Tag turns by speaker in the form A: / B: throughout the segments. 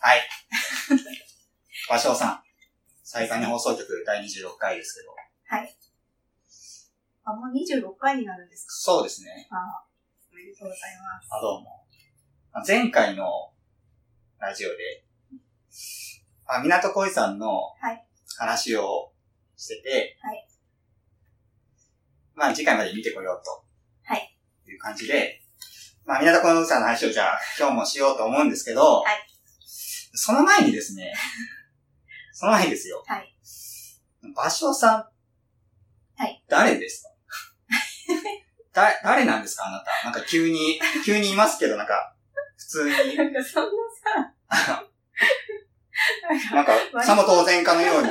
A: はい。 和尚さん、最下に放送局第26回ですけど。
B: あ、もう26回になるんですか
A: そうですね。
B: おめでとうございます。
A: あ、どうも。あ前回のラジオで、あ港恋さんの
B: はい
A: 話をしてて、
B: はい
A: まあ次回まで見てこようと。
B: はい。
A: いう感じで、まあ港恋さんの話をじゃあ今日もしようと思うんですけど、
B: はい
A: その前にです ね、その前にですよ。
B: はい。
A: 場所さん。
B: はい。
A: 誰です かだ、誰なんですかあなた。なんか急に、急にいますけど、なんか、普通に、
B: なんかそんなさ、なんか
A: なんか、さも当然かのように、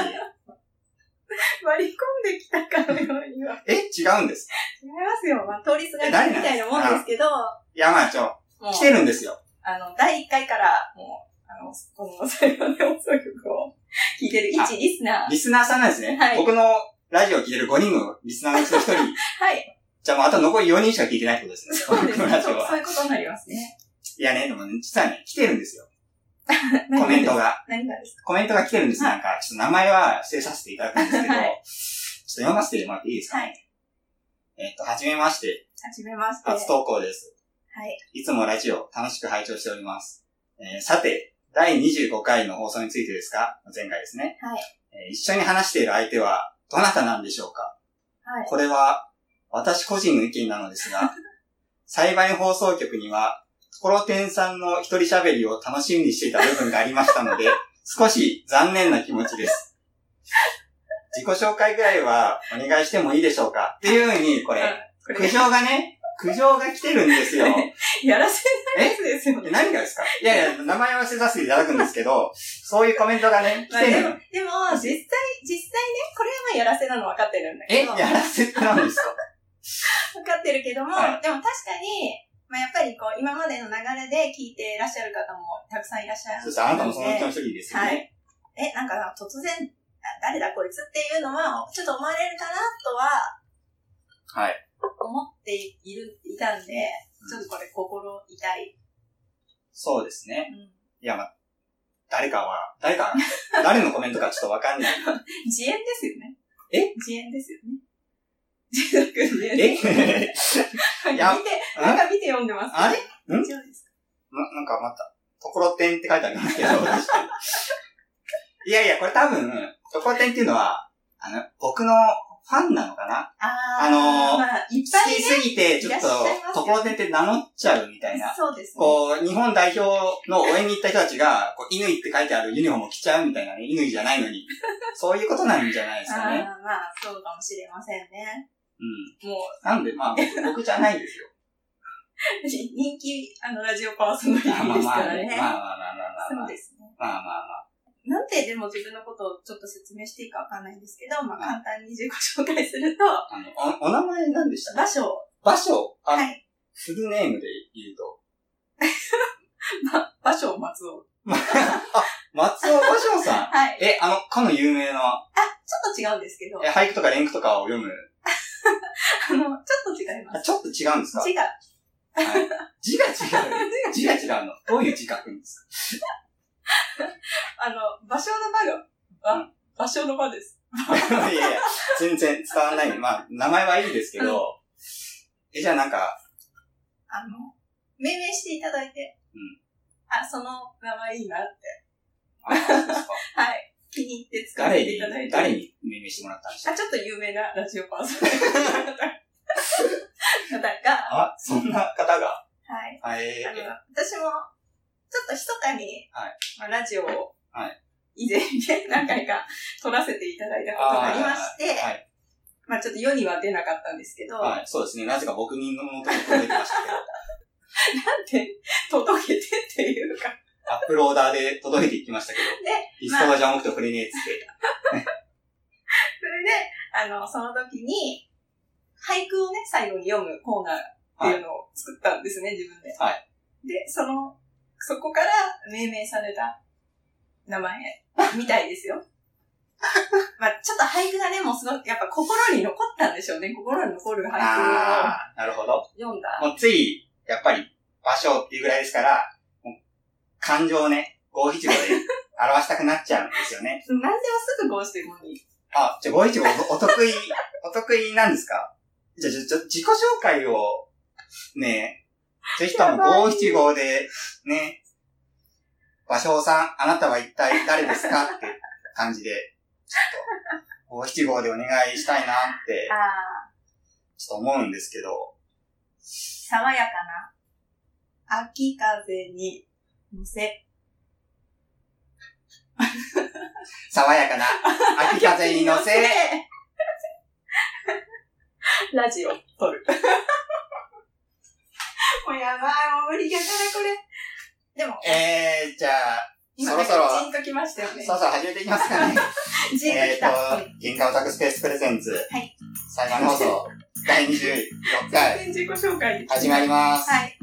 B: 割り込んできたかのようには。
A: え違うんですか
B: 違いますよ。まあ、通りすがりみたいなもんですけど、
A: いや、まあ、ちょ、
B: もう
A: 来、てるんですよ。
B: あの、第1回から、もう、あの、この最後の予測を聞いてる
A: あ
B: 一リスナー。
A: リスナーさんなんですね。
B: はい
A: 僕のラジオを聞いてる5人のリスナーのうちの1人。
B: はい。
A: じゃあもうあと残り4人しか聞いてないってことですね。
B: そうで
A: 僕
B: す
A: の
B: ね。
A: ラジ
B: そ
A: オ
B: うそ
A: は。
B: ういうことになりますね。
A: いやね、でもね、実はね、来てるんですよ。コメントが。
B: 何がです
A: コメントが来てるんです。なんか、ちょっと名前は伏せさせていただくんですけど、ちょっ
B: はい
A: と読ませてもらっていいです
B: か
A: か、
B: はい。
A: えっと、はじめまして、
B: はじめまして。
A: 初投稿です。
B: はい。
A: いつもラジオ楽しく拝聴しております。えーさて、第25回の放送についてですか前回ですね。
B: はい
A: えー一緒に話している相手は、どなたなんでしょうか
B: はい。
A: これは、私個人の意見なのです が、裁判員放送局には、ところてんさんの一人喋りを楽しみにしていた部分がありましたの で、少し残念な気持ちです。自己紹介ぐらいはお願いしてもいいでしょうかっていうふうに、これ、
B: こ
A: 苦
B: れ、
A: 情がね、苦情が来てるんですよ。
B: やらせないやつですよね
A: え。 何がですかいやいや、名前は伏せさせていただくんですけ ど、そういうコメントがね、
B: ま
A: 来
B: あで
A: て
B: も
A: るの。、
B: でも、実際、実際ね、これはまあやらせなの分かってるんだ
A: え、
B: けど、分
A: やらせたんですか
B: かってるけども、
A: はい
B: でも確かに、まあやっぱりこう、今までの流れで聞いていらっしゃる方もたくさんいらっしゃるの
A: そ
B: で。
A: してあなたもそのうちの一人ですよね。
B: はい。え、なんか突然、あ誰だこいつっていうのは、ちょっと思われるかなとは
A: はい。
B: 思っている、いたんで、ちょっとこれ心痛い。
A: そうですね。
B: うん
A: いや、まあ、誰かは、誰か、誰のコメントかちょっとわかん ない。
B: 自演ですよね。
A: え
B: 自演ですよね。 自作自演
A: え
B: 見て、
A: や
B: なんか見て読んでます。
A: あれん
B: 大丈夫ですか
A: ななんかまた、ところてんって書いてあります けど、私いやいや、これ多分、ところてんっていうのは、あの、僕のファンなのかな
B: あ
A: あのー
B: まあ、いっぱ
A: 好
B: い
A: きすぎて、ちょっと
B: いらっしゃいます、よ
A: ところてんって名乗っちゃうみたいな。
B: そうですね。
A: こう、日本代表の応援に行った人たちが、こう、犬って書いてあるユニフォームを着ちゃうみたいなね、犬じゃないの に。そういうことなんじゃないです
B: あ
A: か
B: ー
A: ね。
B: まあ、そうかもしれませんね。
A: うん。
B: もう、
A: なんで、まあ、僕僕じゃないですよ。
B: 人気、あの、ラジオパーソナリテ
A: まあ
B: ィ
A: まあ
B: です
A: ま
B: か
A: あ
B: ら
A: ね
B: ね。
A: まあまあまあまあま
B: そ
A: あ
B: う。ですね。
A: まあまあまあ。
B: なんででも自分のことをちょっと説明していいかわかんないんですけど、まあ
A: は
B: 簡単に自己紹介すると、
A: あの、お、お名前何でした
B: 場所を、
A: 場所あ、
B: はい。
A: フルネームで言うと。
B: ま、場所を松尾。
A: まあ、松尾芭蕉さん。
B: はい。
A: え、あの、かの有名な、
B: ちょっと違うんですけど、
A: え、俳句とか連句とかを読む。
B: あの、ちょっと違いま
A: あ
B: す。
A: ちょっと違うんですか
B: 字が、
A: はい字が違う。字が違うの。どういう字書くんですか
B: あの、場所の場が、
A: う
B: あ、場所の場です。
A: いやいや、全然伝わらないんで。まあ、名前はいいですけど、え、じゃあなんか、
B: あの、命名していただいて、
A: うん
B: あ、その名前いいなって、
A: あそうです か
B: はい。気に入って使っ
A: 誰
B: て
A: に
B: いただい、て。
A: 誰に命名してもらったんですか
B: あ、ちょっと有名なラジオパーソナリティの方方が、
A: あ、そんな方が。
B: はい。
A: あえ
B: あの
A: ー、
B: 私も、ちょっとひとかに、
A: はい
B: まあ、ラジオを、
A: はい
B: 以前ね、何回か撮らせていただいたことがありまして、
A: はい。
B: まあちょっと世には出なかったんですけど、
A: はい。そうですね。なぜか僕にのもとに届いてましたけど。
B: なんて、届けてっていうか、
A: アップローダーで届いていきましたけど。
B: で
A: リストがじゃ重くて触れねえっつって。
B: それで、あの、その時に、俳句をね、最後に読むコーナーっていうのを作ったんですね、自分で。
A: は
B: で、その、そこから命名された名前みたいですよ。 まあちょっと俳句がね、もうすごく、やっぱ心に残ったんでしょうね。心に残る俳句を
A: ああ、なるほど。
B: 読んだ。
A: もうつい、やっぱり、場所っていうぐらいですから、もう感情をね、五七五で表したくなっちゃうんですよね。
B: 何でもすぐこうしてもに。
A: あ、じゃあ五一五お得意、お得意なんですかじゃあ、じゃあ、じゃあ自己紹介を、ねえ、ぜひとも五七五で、ね、芭蕉さん、あなたは一体誰ですかって感じで、ちょっと、五七五でお願いしたいなって
B: あ、あ、
A: ちょっと思うんですけど、
B: 爽やかな。秋風に乗せ。
A: 爽やかな秋風に乗せ、
B: ラジオ撮る。 もうやばい、もう無理やからこれ。でも、
A: えー、じゃあ、
B: 今
A: そろそろ
B: ジンときましたよね。
A: そろそろ始めていきますかね。
B: ジンと
A: えっ
B: き
A: と
B: た。うん、
A: 銀河オタクスペースプレゼンツ、
B: はい
A: 裁判放送、第24回、
B: 全然自己紹介。
A: 始まります。
B: はい。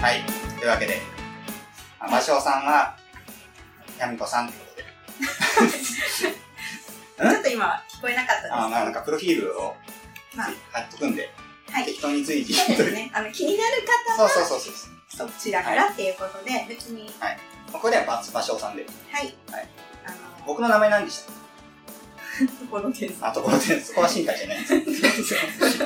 A: はい。というわけで、あ芭蕉さんは、ヤミコさんということで、
B: ちょっと今は聞こえなかったです。
A: あまあなんかプロフィールをつい
B: まあ
A: 貼っとくんで、
B: はい
A: 適当について、
B: そうですね。あの、気になる
A: そうそうそうそう。
B: 方、そちらからっていうことで、別に、
A: ここではバツ芭蕉さんで、
B: はい。
A: はい
B: あの、
A: 僕の名前何でした
B: そこの点数。
A: あ、ところてん、そこはシンタじゃないんですよ。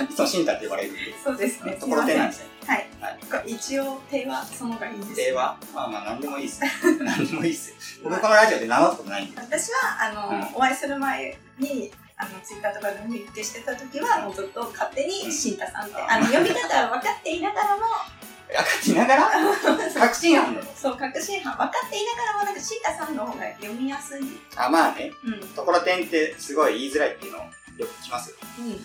A: いつもシンタって呼ばれるんで
B: そうですね。
A: ところてんなんですすね。
B: はい。
A: はい。
B: 一応、手はその方がいいです。
A: では、まあまあ何でもいい です。何でもいいですよ。僕このラジオで名乗ったことないんで。
B: 私は、あの、お会いする前に、あの、ツイッターとかで認定してた時は、もうずっと勝手に、シンタさんって、あの、呼び方は分かっていながらも、
A: 分かっていながら、確信犯なの。
B: そう、確信犯、分かっていながらも、なんか、シンタさんの方が読みやすい。うん。
A: あ、まあね、
B: うん。
A: ところてんってすごい言いづらいっていうのをよく聞きますよ。うん。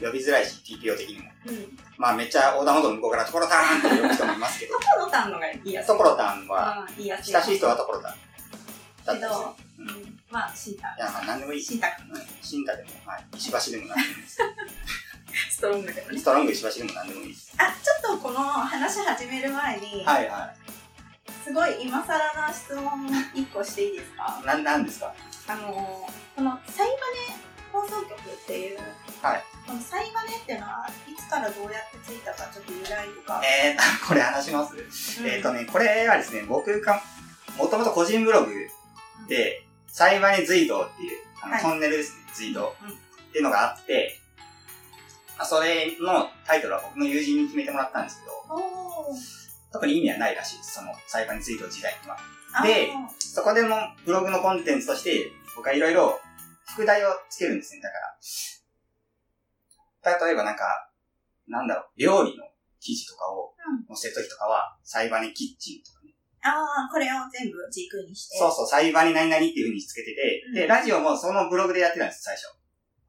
A: 呼びづらいし、TPO 的にも。
B: うん。
A: まあめっちゃ横断歩道の向こうからところたんって呼ぶ人もいますけど、
B: コロタンの方が言いやすい。
A: ところたんは、
B: うん、言いやすい。
A: 親しい人はところたんだっ
B: け
A: たりする
B: ど、うん、まあ、シンタ。
A: いや、まあ何でもいいし、
B: シンタ
A: うんシンタでも、はい、石橋でも何でもいいです。
B: ストロングだけどね。
A: ストロング石橋でも何でもいいです。
B: あ、ちょっとこの話始める前に、
A: はいは
B: すごい今更な質問一個していいですか
A: い。な、なんですか
B: あのー、このサイバネ放送局っていう、
A: はい
B: このサイバネっていうのは、いつからどうやってついたか、ちょっと由来とか。
A: えーと、これ話します
B: うん
A: えっ、とね、これはですね、僕が、もともと個人ブログで、幸いに随道っていう、あの、
B: はい
A: トンネルですね、随道
B: うん
A: っていうのがあって、まあ、それのタイトルは僕の友人に決めてもらったんですけど、
B: おー
A: 特に意味はないらしいです、その幸いに随道時代には。
B: あー
A: でそこでもブログのコンテンツとして、僕はいろいろ副題をつけるんですね、だから。例えばなんか、なんだろう、料理の記事とかを載せるときとかは、サイバネキッチンとかね、
B: あー、これを全部軸にして。
A: そうそう、裁判に何々っていう風につけてて、
B: うん
A: で、ラジオもそのブログでやってたんです、最初。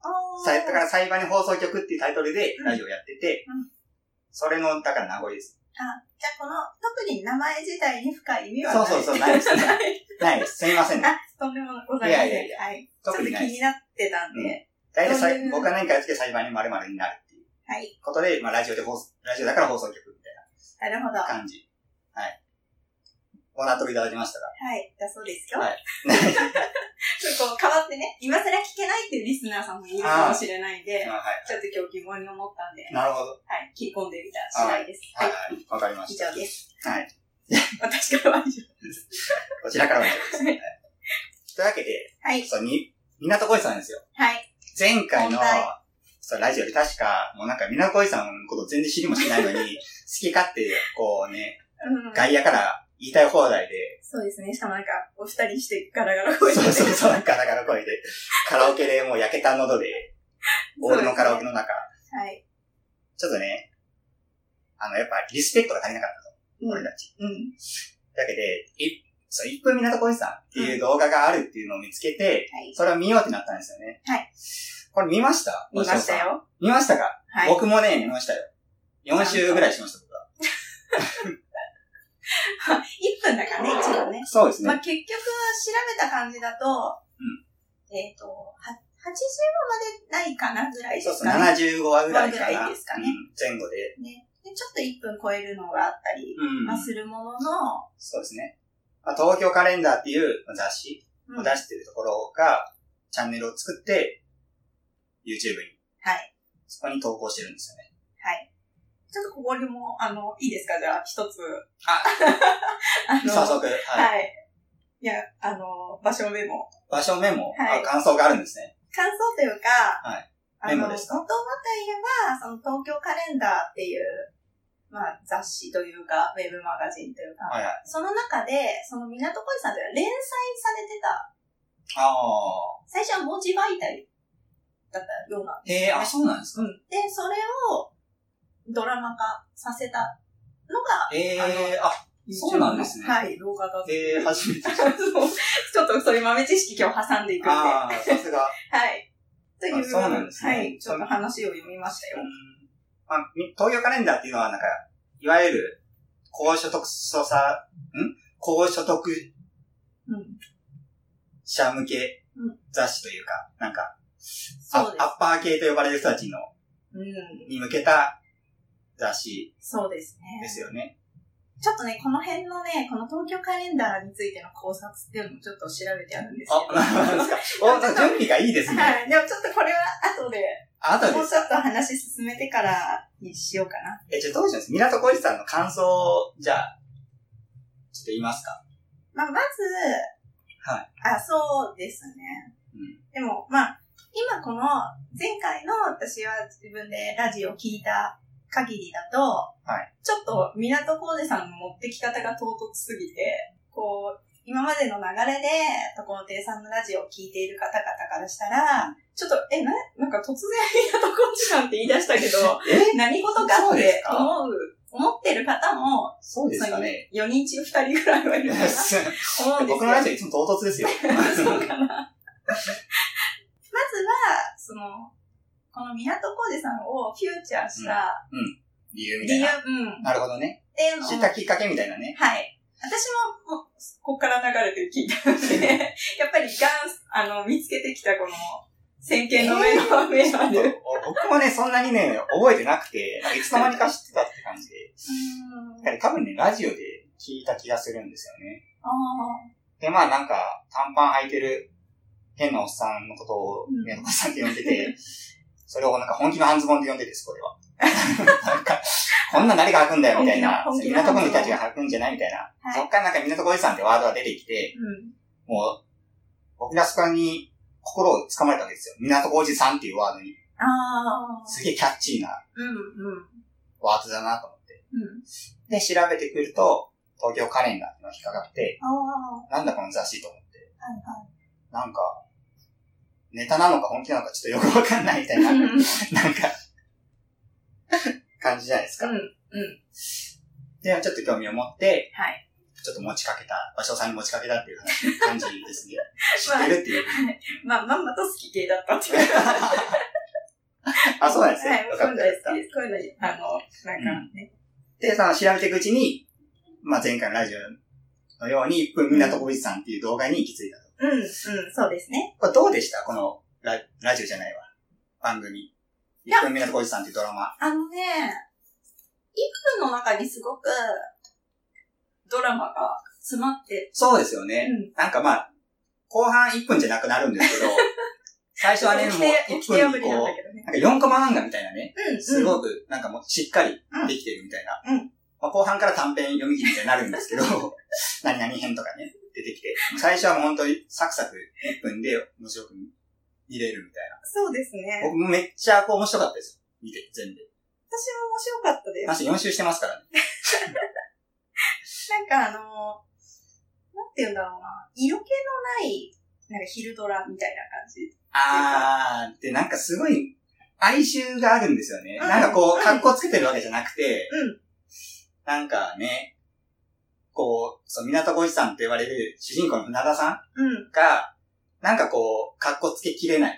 B: おー
A: さだから裁判に放送局っていうタイトルでラジオやってて、
B: うん
A: それの、だから名残です。
B: じゃあこの、特に名前自体に深い意味は
A: そ
B: な
A: う
B: い。
A: そうそう、ないです。ないです。すみませんね。
B: あ、とんでもございません。
A: いやいやいや
B: はい。ちょっ
A: 特
B: と気
A: にないで
B: に
A: す。
B: なってたんで。
A: うん大体さい
B: どういう
A: 僕が何かやってて裁判に〇〇になるっていう
B: はい。
A: ことで、まあラジオで放送、ラジオだから放送局みた
B: なるほ
A: い
B: ど。
A: な感じ。はい。ご納得いただきましたか
B: はい。だそうですよ。
A: はい
B: こう変わってね、今更聞けないっていうリスナーさんもいるかもしれないんで
A: あ、は
B: ちょっと今日疑問に思ったんで、
A: い。なるほど。
B: はい。聞き込んでみた次第です。は。
A: はいい。わかりま
B: 以
A: した。
B: 上です。
A: はい。
B: 私からは以上。
A: こちらからは以上です。はいというわけで、
B: はい。
A: そう、に、港恋さんですよ。
B: はい。
A: 前回の
B: 問題、
A: そう、ラジオで確か、もうなんか、みなこいさんのこと全然知りもし ないのに、好き勝手、こうね、
B: うん。
A: 外野から言いたい放題で、
B: そうですね。しかもなんか、お二人してガラガラ
A: そ
B: 声
A: う
B: して
A: そうそう、ガラガラ声で、カラオケでもう焼けた喉で、俺のカラオケの中、
B: はい。
A: ちょっとね、あの、やっぱリスペクトが足りなかったと、
B: うん。
A: 俺たち。
B: うん。
A: だけで、いそう、一分港恋さんっていう動画があるっていうのを見つけて、
B: はい。
A: それを見ようってなったんですよね。
B: はい。
A: これ見ました
B: 見ました。
A: 星野さん
B: よ。
A: 見ましたか
B: はい。
A: 僕もね、見ましたよ。4週ぐらいしました、僕は。
B: 1分だからね、 一応ね。
A: そうです
B: まあ、
A: ね。
B: 結局、調べた感じだと、えっ、と、は80までないかなぐらいで
A: そう
B: す
A: そう、
B: かね。
A: 75話ぐらいか
B: ぐら
A: な。
B: いですか
A: う
B: ね
A: ん前後で。
B: ねでちょっと1分超えるのがあったり、
A: うん
B: まあ、するものの、
A: そうですね。まあ東京カレンダーっていう雑誌
B: うん
A: を出してるところが、チャンネルを作って、YouTube に。
B: はい。
A: そこに投稿してるんですよね。
B: はい。ちょっとここにも、あの、いいですかじゃあ、一つ。
A: あ
B: あの
A: 早速、はい。
B: はい。いや、あの、場所メモ。
A: 場所メモ、
B: はい
A: あ感想があるんですね。
B: 感想というか、
A: はい
B: あの
A: メモですか
B: 元はといえば、その東京カレンダーっていう、まあ、雑誌というか、ウェブマガジンというか、
A: はいはい。
B: その中で、その港恋さんというのは連載されてた、
A: ああ。
B: 最初は文字媒体だったようなんです
A: へえ、あ、そうなんですか。
B: うん。で、それをドラマ化させたのが、
A: へえ
B: あの、
A: あ、そうなんですね
B: はい、動画だっ
A: へえ、初めて。
B: た。 そうちょっとそういう豆知識今日挟んでいくんで。は
A: ああ、さすが。
B: い。という
A: あそうなんですね
B: はい、ちょっと話を読みましたよ。
A: まあ、み東京カレンダーっていうのは、なんか、いわゆる、高所得者さ、ん高所得
B: うん。
A: 者向け
B: うん
A: 雑誌というか、なんか、
B: そ
A: あ
B: うです
A: ア。ッパー系と呼ばれる人たちの、
B: うん。
A: に向けた雑誌
B: そうですね。
A: ですよね。
B: ちょっとね、この辺のね、この東京カレンダーについての考察っていうのもちょっと調べてあるんです
A: あ、
B: けど。
A: なん ですか。お、準備がいいですね。
B: はい。でもちょっとこれは後で、
A: あとで
B: もう
A: す。
B: ちょっと話進めてからにしようかな。
A: え、じゃあどうします港小路さんの感想を、じゃあ、ちょっと言います か。
B: まあ、まず、
A: はい。
B: あ、そうですね。
A: うん。
B: でも、まあ、今この前回の私は自分でラジオ聞いた限りだと、
A: はい。
B: ちょっと港浩二さんの持ってき方が唐突すぎて、こう、今までの流れで、所亭さんのラジオを聞いている方々からしたら、ちょっと、え、な、なんか突然港浩二さんって言い出したけ ど、
A: え
B: 何事か
A: そう
B: っ
A: です
B: て
A: か
B: 思う、思ってる方も、
A: そうですかね。
B: 4人中2人ぐらいはいる かな思うんですよ。
A: 僕のラジオいつも唐突 ですよ。
B: そうかな。まずは、その、この港浩二さんをフューチャーした
A: 理由みた
B: 理
A: い
B: 由、
A: な。
B: うん、っ
A: なるほどね。
B: ていうのを
A: 知ったきっかけみたいなね。
B: はい。私も、もうここから流れて聞いたので、やっぱりガン、あの、見つけてきたこの、先見の目の目のある、
A: お僕もね、そんなにね、覚えてなくて、なんかいつの間にか知ってたって感じで。だから多分ね、ラジオで聞いた気がするんですよね。
B: ああ
A: で、まあなんか、短パン履いてる変なおっさんのことを
B: うん、
A: 宮野さんって呼んで て、それをなんか本気の半ズボンで呼んでて、そこでは。なんか、こんなん誰が履くんだよ、みたいな。
B: 本気の本気
A: 港
B: の
A: 区の人たちが履くんじゃないみたいな。
B: はい
A: そっからなんか港区おじさんってワードが出てきて、
B: うん。
A: もう、僕らそこに心をつかまれたわけですよ。港区おじさんっていうワードに。
B: ああ
A: すげえキャッチーな
B: うん、うん、
A: ワードだなと思って。
B: うん。
A: で、調べてくると、東京カレンダーっていうのが引っかかって、
B: ああ、は
A: なんだこの雑誌と思って。
B: いはい。
A: なんか、ネタなのか本気なのかちょっとよくわかんないみたいな、
B: うん
A: な
B: うんん
A: か、感じじゃないですか。
B: うん
A: で、ちょっと興味を持って、
B: はい
A: ちょっと持ちかけた、場所さんに持ちかけたっていう話感じです ね。知ってるっていう。
B: まあ、まんまと好き系だったっていう。
A: あ、そうなんです
B: は
A: ね
B: い。、
A: よ
B: そ
A: か
B: うい
A: っ
B: うの
A: た
B: 大
A: よか
B: 好
A: っ
B: きです。こういうの、あの、なんかね。
A: た。で、その調べていくうちに、まあ前回のラジオのように、1分港小路さんっていう動画に行き着いたと。
B: うん、うん、そうですね。
A: これどうでしたこのラ、ラジオじゃないわ。番組。
B: や
A: 1分港小路さんっていうドラマ。
B: あのね、イクの中にすごくドラマが詰まって、
A: そうですよね。
B: うん。
A: なんかまあ、後半1分じゃなくなるんですけど、 最初はね、もう
B: 起きて
A: 1
B: 破
A: 分に
B: りなん
A: こ
B: だ
A: う、
B: けどね。
A: なんか4コマ漫画みたいなね、
B: うん、うん。
A: すごくなんかもうしっかりできてるみたいな。
B: うんう
A: まあ、後半から短編読み切りみたいになるんですけど、 何々編とかね、出てきて、最初はもう本当にサクサク1分で面白く見れるみたい
B: そうです
A: な。
B: ね。
A: 僕もめっちゃこう面白かったですよ。見て、全部。
B: 私も面白かったです。
A: 私4周してますからね。
B: なんかあの、なんて言うんだろうな、色気のない、なんか昼ドラみたいな感じ。
A: あー、で、なんかすごい、哀愁があるんですよね。
B: うん
A: なんかこ
B: うん
A: う、格好つけてるわけじゃなくて、
B: うん
A: なんかね、こう、そう、港小路さんって言われる主人公の船田さん
B: うん。
A: が、なんかこう、格好つけきれな
B: うん。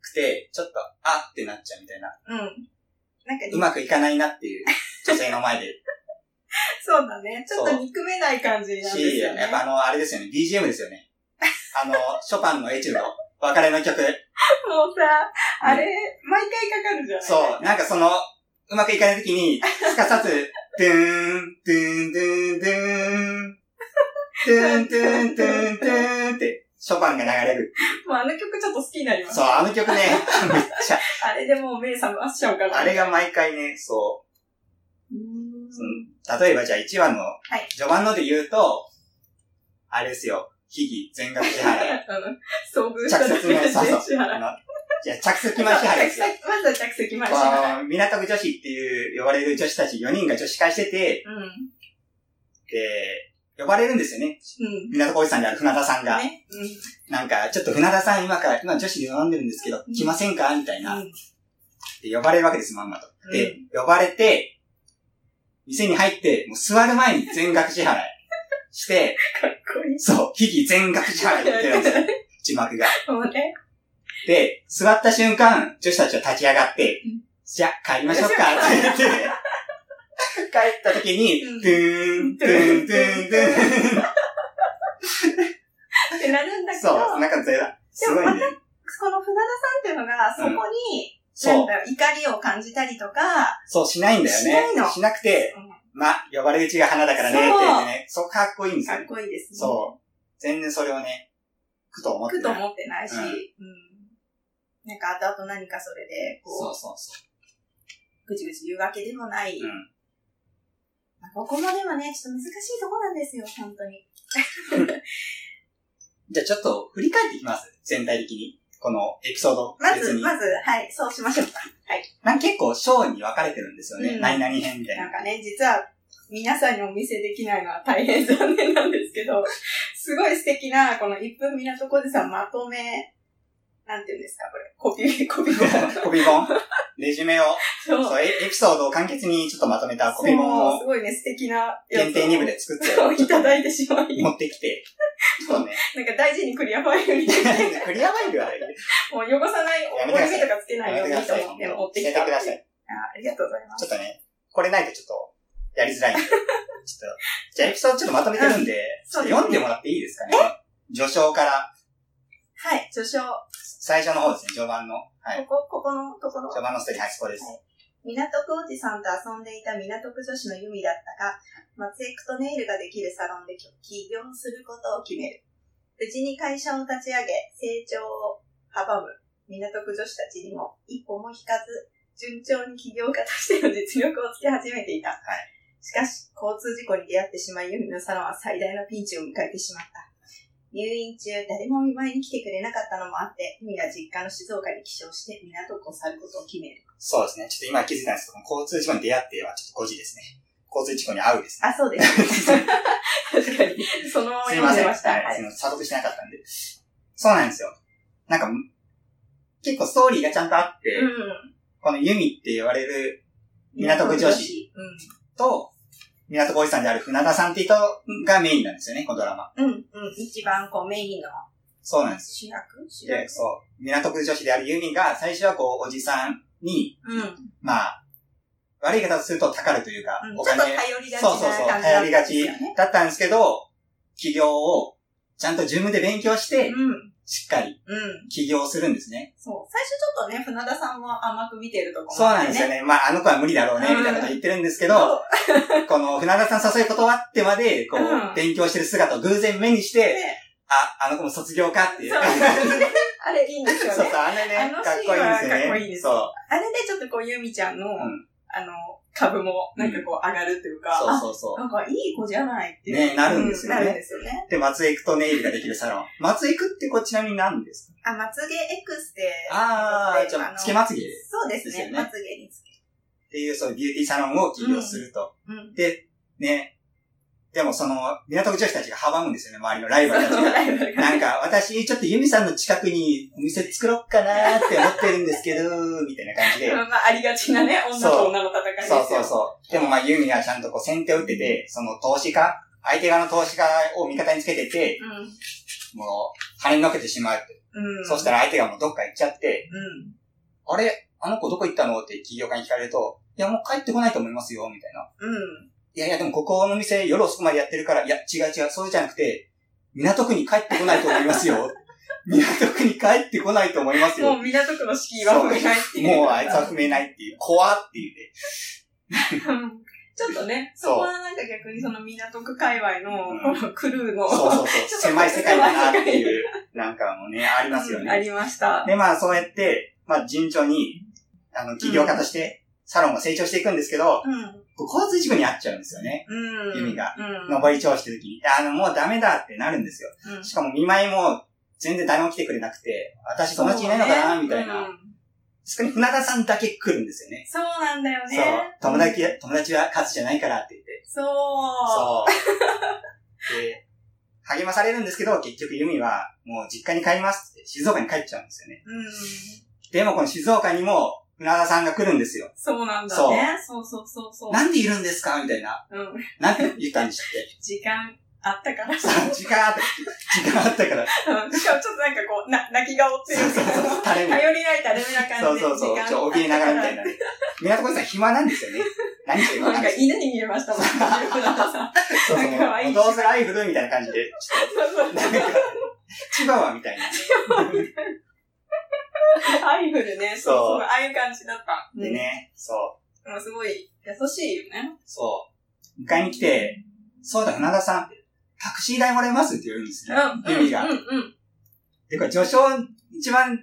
A: くて、ちょっと、あってなっちゃうみたいな。
B: うん。なんか
A: うまくいかないなっていう、女性の 前で。
B: そうだね。ちょっと
A: そう
B: 憎めない感じなんです
A: し、
B: よね。
A: やっぱあの、あれですよね、BGM ですよね。あの、ショパンのエチュード、別れの曲。
B: もうさ、あれ、毎回かかるじゃない
A: そう、なんかその、うまくいかないときに、すかさず、ドゥーン、ドゥーン、ドゥーン、ドゥーン、トゥーン、トゥーン、トゥーン、トゥーンって、ショパンが流れる。
B: もうあの曲ちょっと好きになります
A: そう、あの曲ね、 めっちゃ、
B: あれでもう目覚ましちゃうから。
A: あれが毎回ね、そう
B: ーん
A: う、その例えばじゃあ1話の
B: い、
A: 序盤ので言うと、あれですよ、秘技全額支払い。
B: あの、遭遇した時の
A: 着席前そうそう
B: 支払い。
A: じゃあ着席前支払いですよ。
B: まずは着席前支払い。
A: こう港区女子っていう呼ばれる女子たち4人が女子会してて、
B: うん。
A: で、呼ばれるんですよね。
B: うん。
A: 港区おじさんである船田さんが。
B: ね。うん。
A: なんか、ちょっと船田さん今から、今女子で呼んでるんですけど、来ませんかみたいな。で、呼ばれるわけです、まんまと。で、呼ばれて、店に入って、もう座る前に全額支払いして、
B: かっこいい。
A: そう、秘技全額支払いって言ってるんです よ。字幕が。
B: そうね。
A: で、座った瞬間、女子たちは立ち上がって
B: うん、
A: じゃあ帰りましょうかって言って、帰った時に
B: うん、
A: トゥーン、トゥーン、トゥーン、トゥーン。
B: ってなるんだけど、
A: そう、なんかそれだ。すごいね。
B: この船田さんっていうのが、そこに、
A: そう。
B: なんだ怒りを感じたりとか、
A: そう、しないんだよね。
B: しないの
A: くて、
B: うん
A: まあ、呼ばれるうちが花だからね、って言ってね。そう、かっこいいんですよ
B: かっ。こいいですね。
A: そう。全然それをね、苦と思って
B: く
A: ない。
B: と思ってないし、
A: う
B: うんん。なんか、あと何かそれで、
A: そ
B: こ、
A: うそうそう
B: ぐちぐち言うわけでもない。
A: う。うん。
B: まあここもでもね、ちょっと難しいとこなんですよ、本当に。
A: じゃあちょっと振り返っていきます。全体的に。このエピソード。
B: ま
A: 別
B: ず、
A: に。
B: まず、はい、そうしましょうか。
A: なんか結構、章に分かれてるんですよね。
B: うん
A: 何々編みたいな。
B: なんかね、実は、皆さんにお見せできないのは大変残念なんですけど、すごい素敵な、この1分港小路さんまとめ、なんていうんですか、これ。コピー、コピー。
A: コピ本。レジュメを。
B: そ う
A: そう、エエピソードを簡潔にちょっとまとめたコピ本
B: そう
A: を
B: すごいね、素敵なやつを
A: 限定2部で作って、
B: そういただ
A: 持
B: いてしまい、なんか
A: ってきて、ちょっ とね、
B: 大事にクリアファイルに、
A: クリアファイルは
B: もう汚さない、
A: やめてく
B: 折
A: だ
B: り
A: さい
B: 目とかつけない
A: や
B: よう
A: め
B: に
A: てくださ
B: と
A: い。
B: 思って持ってきた。
A: 教えてください。
B: あありがとうございま
A: ちょ
B: す
A: っ。とね、これないとちょっとやりづ らいんで、ちょっと、じゃあエピソードちょっとまとめてるんで、ちょ
B: そ
A: っと
B: うですね
A: 読んでもらっていいですかね。序章から、
B: はい、序章、
A: 最初の方ですね、序盤の。はい。
B: ここ、ここのところ。
A: 序盤のストーリー、はい、そこです。
B: 港区おじさんと遊んでいた港区女子のユミだったが、松江クとネイルができるサロンで起業することを決める。無事に会社を立ち上げ、成長を阻む港区女子たちにも一歩も引かず、順調に起業家としての実力をつけ始めていた。しかし、交通事故に出会ってしまい、ユミのサロンは最大のピンチを迎えてしまった。入院中、誰も見舞いに来てくれなかったのもあって、ユミは実家の静岡に帰省して港区を去ることを決める。
A: そうですね。ちょっと今気づいたんですけど、交通事故に出会ってはちょっと5時ですね。交通事故に遭うですね。
B: あ、そうです。確かに。そのまます
A: い
B: 読
A: ま
B: ん
A: せん。は
B: でま
A: い。
B: し
A: す
B: た。
A: い
B: はい。
A: ません査読してなかったんで。そうなんですよ。なんか、結構ストーリーがちゃんとあって、
B: うん。
A: このユミって言われる港区女子。と、港区おじさんである船田さんって人がメインなんですよね、このドラマ。
B: うん。うん。うん。一番こうメインの
A: そうなんです。
B: 主役主
A: で、
B: 役。
A: そう、港区女子であるユミが、最初はこう、おじさんに、
B: うん。うん。ち
A: まあ、悪い言い方をすると、たかるというか、
B: ょっと頼りがちな
A: そうそうそう、
B: 感じ
A: 頼り
B: だ
A: が
B: ったんです
A: ち
B: よね。
A: だったんですけど、起業を、ちゃんと自分で勉強して、
B: うん。
A: しっかり
B: うん。
A: 起業するんですね。
B: そう。最初ちょっとね、船田さんも甘く見てるとこも
A: そうなんですよ
B: ね。
A: ね。まあ、あの子は無理だろうね、
B: うん
A: みたいなこと言ってるんですけ
B: そう
A: ど、この、船田さん誘い断ってまで、こ
B: う
A: う、
B: ん
A: 勉強してる姿を偶然目にし
B: で
A: て、あ、あの子も卒業かっていう。
B: そ
A: そうう
B: あれいいんですよ
A: そう
B: ね、。
A: あれね
B: あ、の
A: かっ
B: シー
A: こ
B: ン
A: いいん
B: は
A: ですよね。
B: かっこいいです
A: そう。
B: あれでちょっとこう、ゆみちゃんの、
A: ん
B: あの、株もなんかこう上がるというか、
A: そうそうそう
B: あ。なんかいい子じゃないっていう。
A: ねなるんですよね
B: うなるんですよね。
A: で、松江区とネイルができるサロン。松江区ってこれちなみに何です
B: あ、まつげエクステ。
A: かああ、じゃあ、
B: の
A: つけまつげっ
B: そうです
A: ですよ
B: ね。
A: ね
B: まつげにつけ。
A: ていう、そういうビューティーサロンを起業すると。
B: うん。
A: ね。でもその、港区女子たちが阻むんですよね、周りのライバルたち
B: その
A: が。
B: ライバルが
A: なんか、私、ちょっとユミさんの近くにお店作ろっかなーって思ってるんですけど、みたいな感じで。
B: まあ、ありがちなね、女と女の戦いですよ。
A: そうそうそう。でもまあ、ユミはちゃんとこう先手を打ってて、その投資家、相手側の投資家を味方につけてて、もう、跳ねのけてしまう。
B: うん。うん。
A: そしたら相手がもうどっか行っちゃって、
B: うん。
A: あれあの子どこ行ったのって企業家に聞かれると、いや、もう帰ってこないと思いますよ、みたいな。
B: うん。
A: いやいや、でもここの店夜遅くまでやってるから、いや、違う違う、そうじゃなくて、港区に帰ってこないと思います よ。港区に帰ってこないと思いますよ。
B: もう港区の敷居は踏めないっていう。
A: もうあいつは踏めないっていう、怖って言って。
B: うん。ちょっとね、
A: そう
B: そこはなんか逆にその港区界隈の
A: うん
B: このクルーの、
A: そうそうそう。
B: ちょっと
A: 狭い世界だなっていう、なんかもね、ありますよ
B: うんあ
A: ね。
B: りました。
A: で、まあ、そうやって、まあ、順調に、あの、起業家として、サロンが成長していくんですけど、
B: うん。
A: 交通事故にあっちゃうんですよね。
B: うん。
A: 意味が
B: うん。
A: 上り調子って時に、あの、もうダメだってなるんですよ。
B: うん
A: しかも見舞いも、全然誰も来てくれなくて、私友達いないのかなみたいな。
B: うん
A: そこに船田さんだけ来るんですよね。
B: そうなんだよね。
A: そう。友達、友達は数じゃないからって言って。
B: そう。
A: そう。で、励まされるんですけど、結局ユミは、もう実家に帰りますって、静岡に帰っちゃうんですよね。
B: うん。
A: でもこの静岡にも、船田さんが来るんですよ。
B: そうなんだね。そうそうそうそう。
A: なんでいるんですかみたいな。
B: うん。
A: なんて言ったんでしたっけ
B: 時間あったから。うんし
A: さあ時間あった。時間あったから。
B: かもちょっとなんかこう、な、泣き顔って
A: そ
B: いううか
A: そうそう。垂れ目。
B: 頼りない垂れ目な
A: そ
B: 感
A: う
B: じで。
A: そうそう。
B: 時間
A: ちょ、怯えながらみたい
B: な。
A: なね。港区さん暇なんですよ ね。何してるか分
B: な
A: かん
B: んか
A: ない。
B: 犬に見えましたもん。なんかさ
A: そうそう。
B: 可愛い
A: どうせライフルみたいな感じで、ち
B: そうそう
A: ょっと、なんか、千葉はみたいな。
B: アイフルね。
A: そう
B: そう。ああいう感じだった。
A: でね、そう、
B: うん。でもすごい優しいよね。
A: そう。迎えに来て、そうだ、船田さん、タクシー代もらえますって言うんです
B: う
A: ね。
B: ん。
A: ユミが
B: うんうん。
A: で、これ、序章、一番、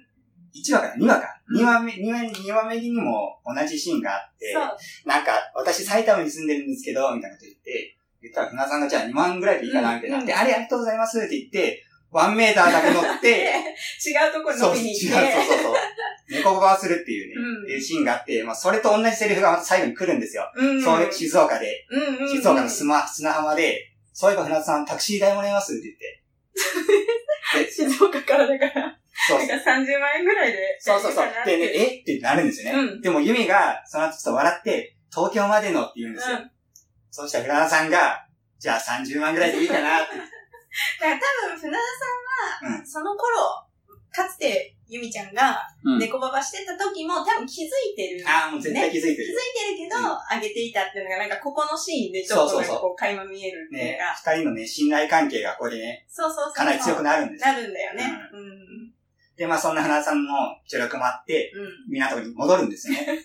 A: 一話から二話か。二話目、二話目、二話目にも同じシーンがあって、
B: そう。
A: なんか、私埼玉に住んでるんですけど、みたいなこと言って、言ったら、船田さんがじゃあ2万ぐらいでいいかな、みたいな。
B: うん
A: で、あれありがとうございますって言って、ワンメーターだけ乗って、
B: 違う とこ
A: そう、
B: ろ
A: 違う、
B: に飲みに
A: そうそ
B: 行
A: う
B: って。
A: そう。猫語をするっていうね、
B: うん
A: っていうシーンがあって、まあ、それと同じセリフがまた最後に来るんですよ。
B: うん
A: そういう、静岡で、
B: うんうんうん
A: 静岡の砂砂浜で、そういえば船田さんタクシー代もらえますって言って。
B: 静岡からだから、
A: そう
B: なんか30万円ぐらいで。
A: そうそうそう
B: いいかな。って
A: でね、えってなるんですよね。
B: うん
A: でも、ユミが、その後ちょっと笑って、東京までのって言うんですよ。
B: うん
A: そうしたら船田さんが、じゃあ30万ぐらいでいいかなって。
B: だから多分、船田さんは、
A: う
B: その頃、かつて、ゆみちゃんが、
A: うん
B: 猫ババしてた時も、多分気づいてる。
A: ああ、もう絶対気づいて
B: 気づい
A: る。
B: てるけど、
A: う
B: あげていたっていうのが、なんかここのシーンでちょっとなんかこう、垣間見えるってい
A: ね
B: うか。、
A: 二人のね、信頼関係がここでね、
B: そうそうそう。
A: かなり強く
B: な
A: なるんですよ。
B: るんだよね。うん。
A: で、まあそんな花さんの助力もあって、
B: うん。
A: 港に戻るんですよ ね。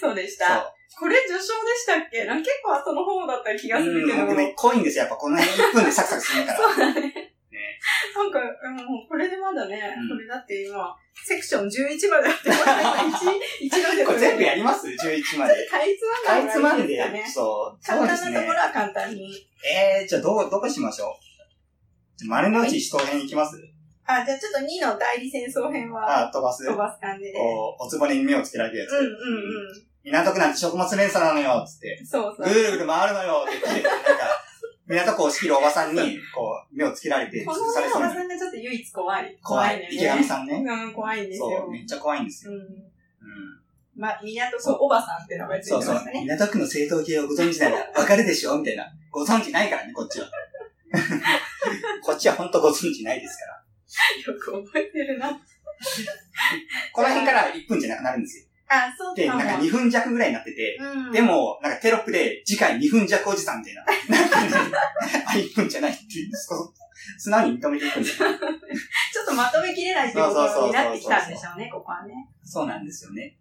B: そうでし
A: そう
B: た。。これ序章でしたっけなんか結構後の方だった気がするけ
A: うん、
B: ど。
A: 僕ね、濃いんですよ。やっぱこの辺1分でサクサク進むから。
B: そうだね。なんか、うん、これでまだね、
A: うん
B: これだって今、セクション11まであっ て、まだ1、1ので
A: これ全部やります ?11 まで。
B: かいつま
A: か
B: ん
A: い
B: だ
A: つ
B: 方
A: ま
B: がい
A: ん
B: い
A: で
B: ですかね。
A: そう。そう
B: 簡
A: で
B: 単
A: す
B: なと
A: ね
B: ころ。は簡単に。
A: えー、じゃあどう、どこしましょうじゃあ丸の内死闘編いきます
B: あ、じゃあちょっと2の代理戦争編は
A: あ、飛ばす
B: 飛ばす感じで。
A: こう、おつぼねに目をつけられるやつ
B: うん。うんうん。
A: 港区なんて食物連鎖なのよ、つって。
B: そうそ
A: ぐ
B: う。
A: るぐる回るのよ、って言って、なんか、港区を仕切るおばさんに、こう、目をつけられて、
B: この
A: 潰されそ
B: お
A: う
B: ば
A: な。
B: さんがちょっと唯一怖い。
A: 怖
B: ね
A: い。池上さんね。
B: うん、怖いんですよ。
A: そう、めっちゃ怖いんですよ。
B: う
A: うん。
B: ん。ま、港区おばさんって名前ついて
A: そ
B: ま
A: う
B: し
A: そ
B: た
A: う。
B: ね。
A: 港区の正統系をご存知ならわかるでしょみたいな。ご存知ないからね、こっちは。 こっちは本当ご存知ないですから。
B: よく覚えてるな。
A: この辺から1分じゃなくなるんです
B: あ、そう
A: よ。で、
B: か
A: なん
B: も
A: か2分弱ぐらいになってて、
B: うん。
A: でも、なんかテロップで次回2分弱おじさんみたいな。なんかねあ、1分じゃないっていう、そう素直に認めていくんですよ。
B: ちょっとまとめきれないってことになってきたんでしょうね、ここはね。
A: そうなんですよね。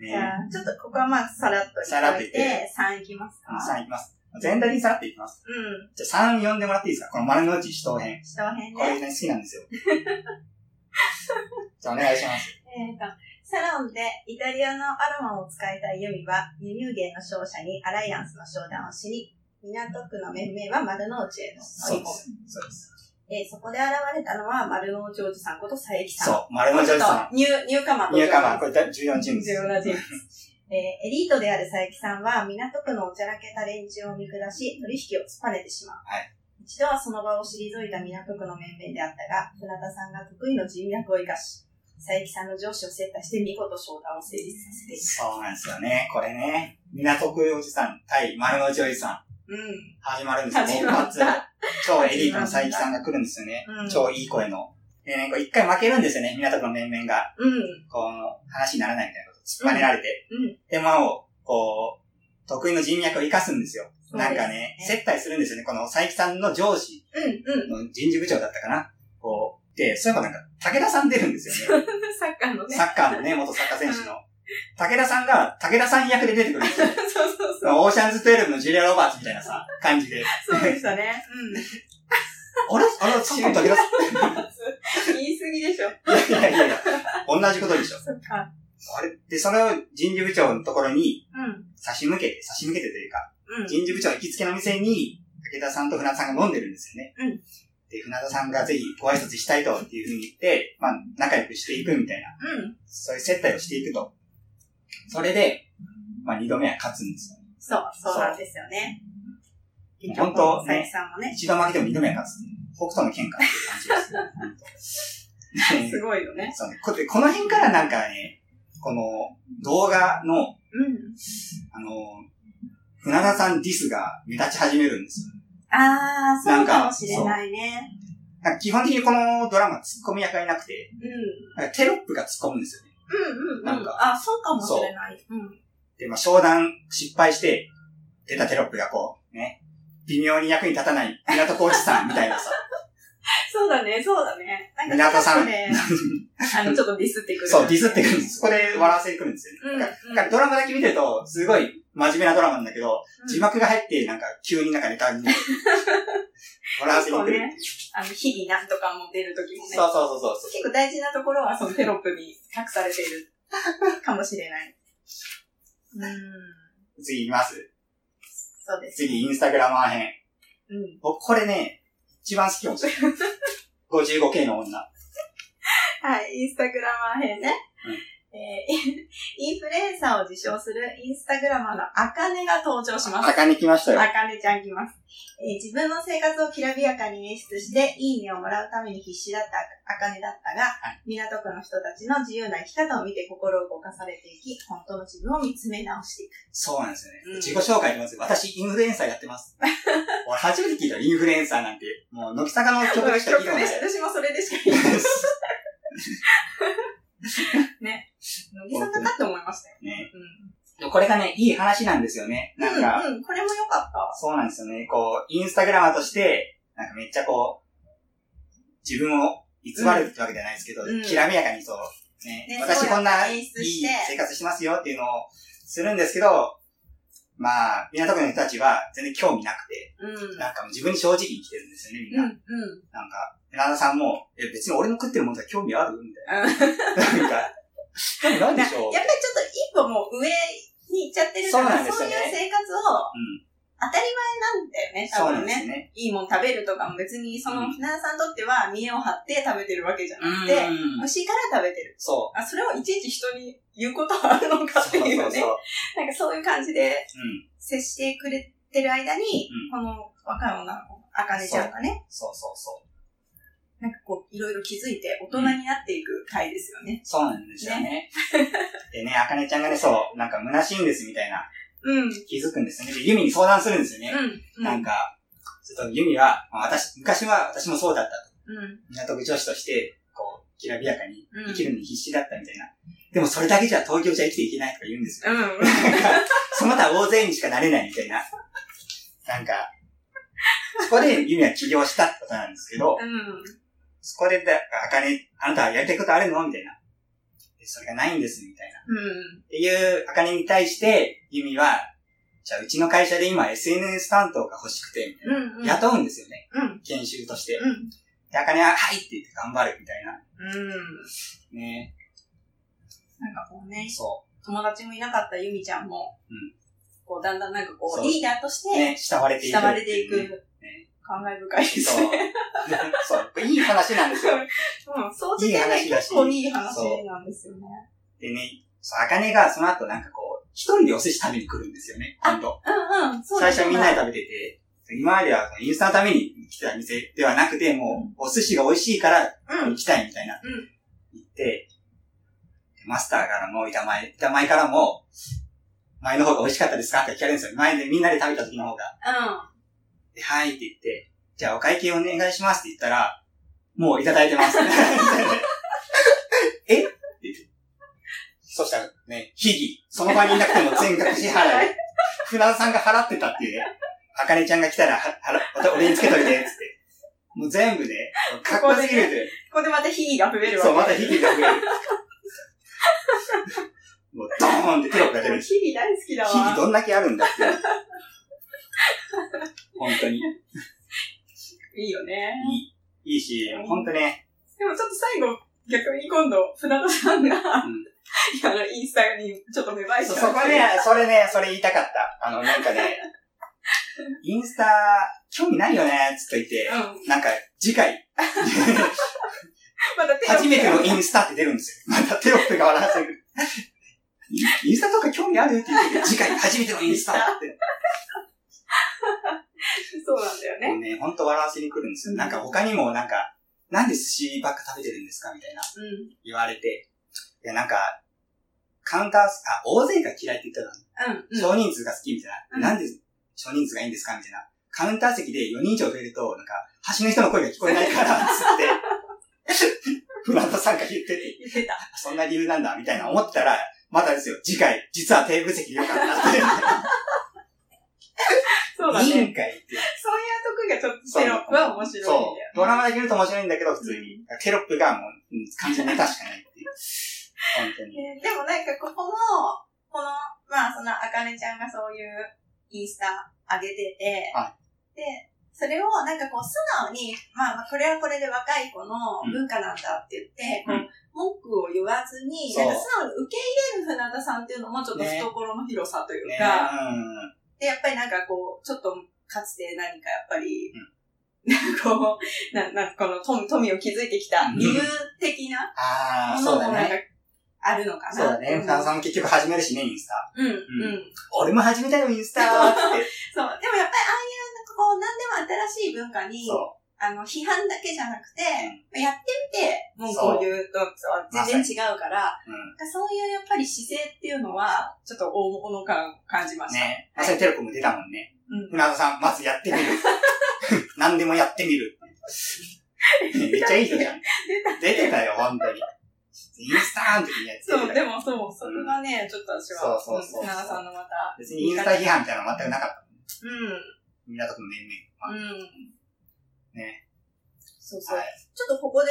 B: じゃ
A: ね
B: あ、ちょっとここはまあ、さらっと
A: さらっとい
B: い
A: って
B: て、3いきますか。
A: 3いきます。全体にさらっていきます。
B: うん。
A: じゃあ3読んでもらっていいですかこの丸の内死闘編。
B: 下辺
A: これ
B: ね。
A: ね、好きなんです よ。じゃあお願いします。
B: えっと、サロンでイタリアのアロマを使いたいユミは、輸入源の商社にアライアンスの商談をしに、港区の面々は丸の内への乗り込む。
A: そうです。
B: えーそこで現れたのは丸の内おじさんこと佐伯さん。
A: そう、丸の内おじさ
B: ニュー、ニューカマー
A: ん。ニューカマー、これだ14チームです
B: 重。要な人物。えーエリートである佐伯さんは、港区のおちゃらけた連中を見下し、取引を突っぱねてしまう。
A: はい
B: 一度はその場を退いた港区の面々であったが、船田さんが得意の人脈を生かし、佐伯さんの上司を接待して見事商談を成立させている。
A: そうなんですよね。これね、港区おじさん対丸の内おじさん、
B: うん。
A: 始まるんですよ。
B: 始
A: 勃
B: まっ
A: 発
B: た。
A: 超エリートの佐伯さんが来るんですよね。
B: うん。
A: 超いい声の。でね、これ一回負けるんですよね、港区の面々が。
B: うん。
A: この、話にならないみたいなこと、突っ張ねられて。
B: うんうん
A: で、まを、こう、得意の人脈を生かすんですよ。なんかね、
B: そう
A: 接待するんですよね。この佐伯さんの上司
B: うん、うん。
A: の人事部長だったかな。こう。で、そういえばなんか、武田さん出るんですよね。
B: サッカーのね。
A: サッカーのね、元サッカー選手の。武田さんが、武田さん役で出てくるんですよ。
B: そうそうそう。
A: オーシャンズ12のジュリア・ロバーツみたいなさ、感じで。
B: そうでしたね。う
A: あ
B: ん。
A: れあれ、ちょっと武田さん。
B: 言い過ぎでしょ。
A: いやいやいや、同じことでしょ。
B: そっか。
A: あれで、それを人事部長のところに
B: うん。
A: 差し向けて、差し向けてというか、
B: うん。
A: 人事部長行きつけの店に、武田さんと船田さんが飲んでるんですよね。
B: うん
A: で、船田さんがぜひご挨拶したいとっていうふうに言って、まあ、仲良くしていくみたいな、
B: うん。
A: そういう接待をしていくと。それで、まあ、二度目は勝つんですよ。
B: そう、そうなんですよね。結
A: 本当
B: 局、さゆりさんもね。
A: 一度負けても二度目は勝つ。北斗の喧嘩っていう感じです。ね
B: すごいよね。
A: そうね。こでこの辺からなんかね、この動画の、
B: うん。
A: あの、船田さんディスが目立ち始めるんですよ。
B: あー、そうかもし
A: な
B: れ
A: んか
B: ないね。
A: なんか基本的にこのドラマツッコミ役がいなくて、
B: うん。
A: なんかテロップが突っ込むんですよね。
B: うんうんうん。
A: なんか
B: あ、そうかもしれない。うん。
A: で、まあ商談失敗して、出たテロップがこう、ね、微妙に役に立たない港コーチさんみたい なさ、
B: そうだね、そうだね。なんか、
A: 港さん
B: ね、あの、ちょっとディスってくる。
A: そう、ディスってくるんです。そこで笑わせてくるんです
B: う
A: よ
B: ん。
A: ね。
B: うん。
A: だからなんかドラマだけ見てると、すごい真面目なドラマなんだけど、字幕が入って、なんか急になんかネタに、 笑わせに来
B: そう
A: る。
B: ね。あの、日々なんとかも出る時もね。
A: そうそうそうそうそう。
B: 結構大事なところはそのテロップに隠されているかもし れない。うん。
A: 次いきます。
B: そうです。
A: 次、インスタグラマー編。
B: うん。
A: 僕、これね、一番好きかもしれ ない。55K の女。
B: はい、インスタグラマー編ね。
A: うん
B: えーインフルエンサーを自称するインスタグラマーのアカネが登場します。
A: あかに来ましたよ。
B: あかねちゃん来ます、えー自分の生活をきらびやかに演出して、いいねをもらうために必死だったあかねだったが、港区の人たちの自由な生き方を見て心を動かされていき、本当の自分を見つめ直していく。
A: そうなんですよね。
B: うん
A: 自己紹介いきますよ。私、インフルエンサーやって ます。俺、初めて聞いたよインフルエンサーなんて。もう、乃木坂の曲でしか聞いたこ とない。
B: 私もそれでしか言えない。乃木坂かって思いましたよ。
A: ね、
B: うん。
A: でもこれがね、いい話なんですよね。なんか、
B: うん、うん、これも良かった。
A: そうなんですよね。こう、インスタグラマーとして、なんかめっちゃこう、自分を偽るってわけじゃないですけど、
B: うん
A: きらめやかにそう、ね
B: ね
A: 私こんな
B: そうやって
A: い
B: 演
A: い
B: 出して
A: 生活してますよっていうのをするんですけど、まあ、港区の人たちは全然興味なくて、
B: うん。
A: なんかもう自分に正直に生きてるんですよね、みん
B: う
A: な。
B: ん、うん。
A: なんか、船田さんも、え、別に俺の食ってるもんとか興味あるみ
B: やっぱりち
A: たいな。なん か、興味ないでしょ
B: ょっと一歩もう上に行っちゃってるか
A: そう
B: ら、
A: なんです
B: そう
A: よ
B: い
A: ね
B: う生活を
A: うん。
B: 当たり前なんだよね、多
A: そうなん
B: 分
A: ですよ
B: ね。
A: ね。
B: いいもん食べるとかも別に、その、船田さんにとっては見栄を張って食べてるわけじゃなくて、
A: うん
B: 美味しいから食べてる。
A: そ
B: あ、それをいちいち人に言うことはあるの
A: う。
B: かっていうね。
A: そうそうそう。
B: なんかそういう感じで
A: うん。
B: 接してくれてる間に、この若い女の子、あかねちゃんがね、
A: そうそうそう。
B: なんかこう、いろいろ気づいて大人になっていく回ですよね。
A: そうなんですよね。 でね、あかねちゃんがね、そう、なんか虚しいんですみたいな、
B: うん。うん。
A: 気づくんですよね。で、ユミに相談するんですよね。
B: うん。
A: なんか、ちょっとユミは、まあ私、昔は私もそうだったと。
B: うん。
A: 港区女子として、こう、きらびやかに
B: うん。
A: 生きるのに必死だったみたいな。でもそれだけじゃ東京じゃ生きていけないとか言うんですよ。
B: うん。
A: なん か、その他大勢にしかなれないみたいな。なんか、そこでユミは起業したってことなんですけど、
B: うん。
A: そこで、だあかね、あなたはやりたいことあるのみたいな。でそれがないんです、みたいな。
B: うん。
A: っていう、あかねに対して、ゆみは、じゃあうちの会社で今 SNS 担当が欲しくて、
B: うん。
A: 雇うんですよね。
B: うん。
A: 研修として。
B: うん。
A: で、あかねは、はいって言って頑張る、みたいな。
B: うん。
A: ね
B: なんかこうね、
A: そ
B: 友達もいなかったゆみちゃんも、
A: うん
B: こう、だんだんなんかこ、
A: そうう
B: リーダーとし
A: う。
B: て、
A: ね、慕われていく。
B: 慕われていく
A: ね。
B: 感慨深いです
A: そう
B: ね。。
A: そう。これいい話なんですよ。
B: うん。そうじてね、
A: いい話だし
B: 結構いい話なんですよね。
A: でね、そう、あかねがその後なんかこう、一人でお寿司食べに来るんですよね、今度。
B: うんうん。そうだ
A: 最
B: ね
A: 初はみんなで食べてて、今まではインスタのために来てた店ではなくて、もうお寿司が美味しいから
B: うん
A: 行。きたいみたいな。
B: うん
A: 行って、マスターからも、板前、板前からも、前の方が美味しかったですかって聞かれるんですよ。前でみんなで食べた時の方が。で、はいって言って、じゃあお会計お願いしますって言ったら、もういただいてます。 えって言って。そしたらね、ひぎ、その場にいなくても全額支払い。船田さんが払ってたっていうね。あかねちゃんが来たら、は、払、俺につけといて、つって。もう全部ね、かっこすぎるで。
B: ここでまた火が増えるわ
A: そ
B: け
A: う、また引きが増える。もう、ドーンポンってテロップが
B: で
A: 出
B: も
A: るし、
B: ヒリ大好きだわ。
A: 日々どんだけあるんだっていう。本当に。
B: いいよね。
A: いいし、本当ね、
B: でもちょっと最後、逆に今度、船戸さん が、
A: ん
B: いやあの、インスタにちょっと芽生えち
A: そ
B: ゃ。
A: うそこね、それね、それ言いたかった。あの、なんかね、インスタ、興味ないよね、つって
B: う
A: 言って、
B: ん。
A: なんか、次回、
B: まだ手が
A: 初めてのインスタって出るんですよ。またテロップが笑わせる。インインスタとか興味あるって言ってて、次回初めてのインスタって。
B: そうなんだよね。
A: もうね、ほんと笑わせに来るんですよ。なんか他にもなんか、なんで寿司ばっか食べてるんですかみたいな
B: う
A: 言われて。いや、なんか、カウンター、あ、大勢が嫌いって言ってたの
B: ん。うん。うん。
A: 少人数が好きみたいな。
B: うん
A: なんで少人数がいいんですかみたいな。カウンター席で4人以上増えると、なんか、端の人の声が聞こえない から、つって、 船戸さんが言ってて、
B: 言ってた。
A: そんな理由なんだ、みたいな思ってたら、またですよ、次回、実はテーブル席でよかったっ て。
B: そうだね。
A: い
B: そう
A: い
B: いうん
A: かいって。
B: とこがちょっとテロップは面白いんだよ
A: そう。ドラマで見ると面白いんだけど、普通に。テロップがもう、うん完全に確かないっていう。本当に。
B: ねでもなんかここも、この、まあその、あかねちゃんがそういうインスタ上げてて、
A: は
B: で、それをなんかこう素直に、まあまあこれはこれで若い子の文化なんだって言って、
A: うん
B: こう文句を言わずに、
A: そう
B: なんか素直に受け入れる船田さんっていうのもちょっと懐の広さという
A: ね
B: か、
A: うん。
B: で、やっぱりなんかこう、ちょっとかつて何かやっぱり、なんか こう、ななんかこの富富を築いてきた理由的な
A: ああ、
B: もの
A: そう
B: も
A: だ
B: なん
A: ね。
B: かあるのかな。
A: そうだね。船戸さんも結局始めるしね、インスタ。
B: うん、うん、
A: ん俺も始めたよ、インスターって。
B: そう。でもやっぱりああいう、なんかこう、何でも新しい文化に、
A: そ
B: あの、批判だけじゃなくて、
A: う
B: やってみて、文句を言うとそう
A: まさ
B: 全
A: に
B: 然違うから、
A: う。う
B: そういうやっぱり姿勢っていうのは、ちょっと大物感を感じま
A: ん。
B: した。
A: ね。まさにテロコム出たもんね。
B: うん。
A: 船田さん、まずやってみる。 何でもやってみる。 めっちゃいい人じゃん。出てたよ、本当に。インスターの時にやってた
B: そう、でもそう、そこがね、ちょっと私は、
A: そうそうそう
B: 長さんのまた、
A: 別にインスタ批判みたいなの全くなかった。
B: う
A: 港区の面々。
B: ん、うん。
A: ね。
B: そうそう。
A: はい
B: ちょっとここで、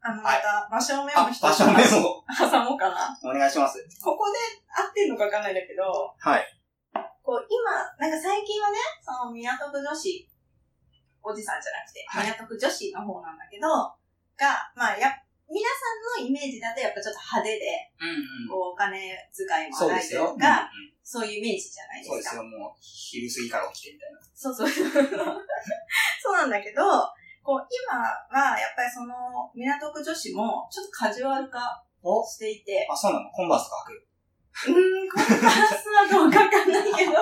B: あの、ま
A: はい
B: た、場所メ
A: あ
B: モ、一つ
A: 場所メモ、
B: 挟もうかな。
A: お願いします。
B: ここで合ってんのかわかんないんだけど、
A: はい。
B: こう、今、なんか最近はね、その港区女子、おじさんじゃなくて、
A: はい
B: 港区女子の方なんだけど、が、まあ、や、皆さんのイメージだとやっぱちょっと派手で、
A: うんうん。
B: こう、お金遣いも
A: そう
B: な
A: で
B: い
A: す
B: と
A: よ。うんうん
B: か、そういうイメージじゃないで
A: そうですす
B: か。
A: よ、もう、昼過ぎから起きてみたいな。
B: そう そうそうなんだけど、こう、今はやっぱりその、港区女子もちょっとカジュアル化
A: お
B: していて、
A: あ、そうなのコンバースとか履く。
B: うーん、コンパスはどうかわかんないけど、で も、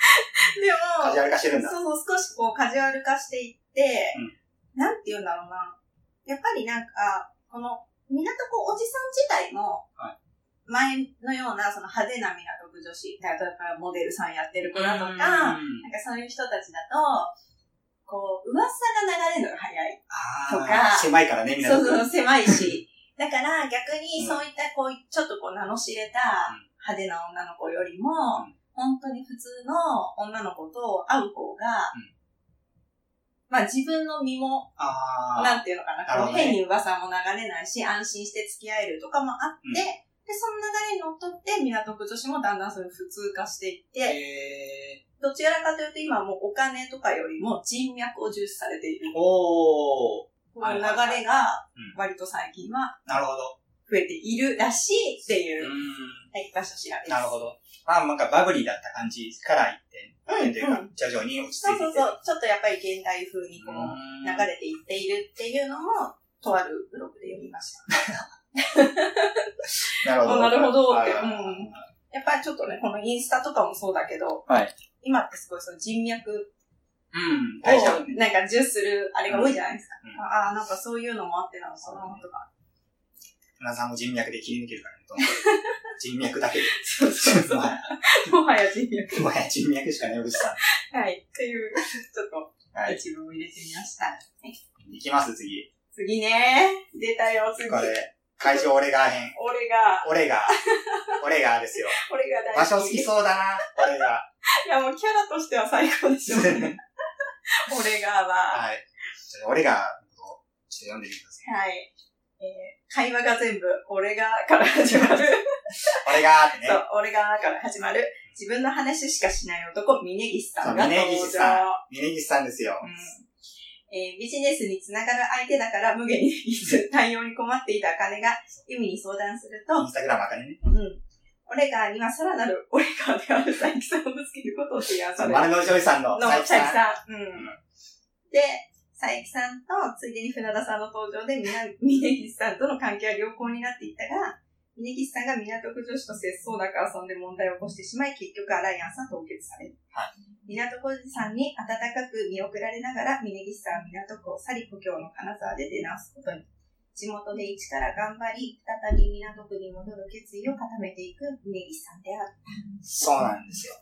A: カジュアル化してるんだ。
B: そうそう、少しこうカジュアル化していって、なんて言うんだろうな。やっぱりなんか、この、港区おじさん自体も、
A: は
B: 前のようなその派手な港区女子、例えばモデルさんやってる子だとか、
A: うん
B: なんかそういう人たちだと、こう、噂が流れるのが早い。と
A: あ
B: か
A: ー狭いからね、みんな。
B: そうそう、狭い し。だから逆にそういったこう、ちょっとこう名の知れた
A: うん
B: 派手な女の子よりも
A: う、
B: 本当に普通の女の子と会う方が、
A: うん
B: まあ自分の身も、
A: ああ。
B: なんていうのか
A: なる
B: な、こ
A: ほど
B: う
A: ね
B: 変に噂も流れないし、安心して付き合えるとかもあって、
A: うん
B: で、その流れにのっとって港区女子もだんだんそれ普通化していって、
A: え
B: どちらかというと今はもうお金とかよりも人脈を重視されている
A: ー、。おー、
B: こういう流れが
A: うん
B: 割と最近は
A: なるほど。
B: 増えているらしいっていうう、
A: ん、
B: はい、場所調べです。
A: なるほど。まあ、なんかバブリーだった感じから一
B: うん、う
A: 点、というか
B: ん。、
A: 徐々に落ち着い
B: そ
A: て
B: う
A: きて。
B: そうそう。ちょっとやっぱり現代風にこ
A: う
B: う、
A: ん
B: 流れていっているっていうのも、とあるブログで読みました。
A: なるほど。
B: あなるほど
A: はい
B: ってうんやっぱりちょっとね、このインスタとかもそうだけど、
A: はい
B: 今ってすごいその人脈を
A: うん、大丈夫。
B: なんか重視するあれが多いじゃないですか。
A: うん
B: ああ、なんかそういうのもあってなのかなとか。
A: 船さんも人脈で切り抜けるからねど んどん。人脈だけで。
B: そうそうそう
A: もはや
B: もはや人脈。
A: もはや人脈しかね、おじさ
B: はい。っていう、 ちょっと
A: ん。はい。
B: 一文を入れてみました。
A: いきます、次。
B: 次ね。出たよ、次。
A: これ、会場俺が編。
B: 俺が、
A: 俺が、俺がですよ。
B: 俺が大
A: 場所
B: 好き。
A: 好きそうだな、俺が。
B: いや、もうキャラとしては最高で しょうね。俺がは、
A: はい。ちょっと俺が、ちょっと読んでみてください。
B: はい。えー会話が全部、俺がから始まる。
A: 俺がーってね
B: そ。う、俺がから始まる。自分の話しかしない男、峯岸さんが登
A: そう峯
B: 場。
A: 岸さ峯岸さんですよ。
B: うんえービジネスにつながる相手だから無限にいつ対応に困っていた茜が由美に相談すると
A: イン、スタグラムあかねね。
B: うん。オレガーにはさらなるオレガーである佐伯さんをぶつけることを提 案される。
A: 丸の内おじさんの
B: の
A: 佐伯
B: 佐伯
A: さん。
B: さん。うん。で、佐伯さんと、ついでに船田さんの登場で、みな、峯岸さんとの関係は良好になっていったが、峯岸さんが港区女子と節操なく遊んで問題を起こしてしまい、結局アライアンスは凍結される。
A: はい
B: 港区さんに温かく見送られながら、峯岸さんは港区を去り、故郷の金沢で出直すことに。地元で一から頑張り、再び港区に戻る決意を固めていく峯岸さんである。
A: そうなんですよ。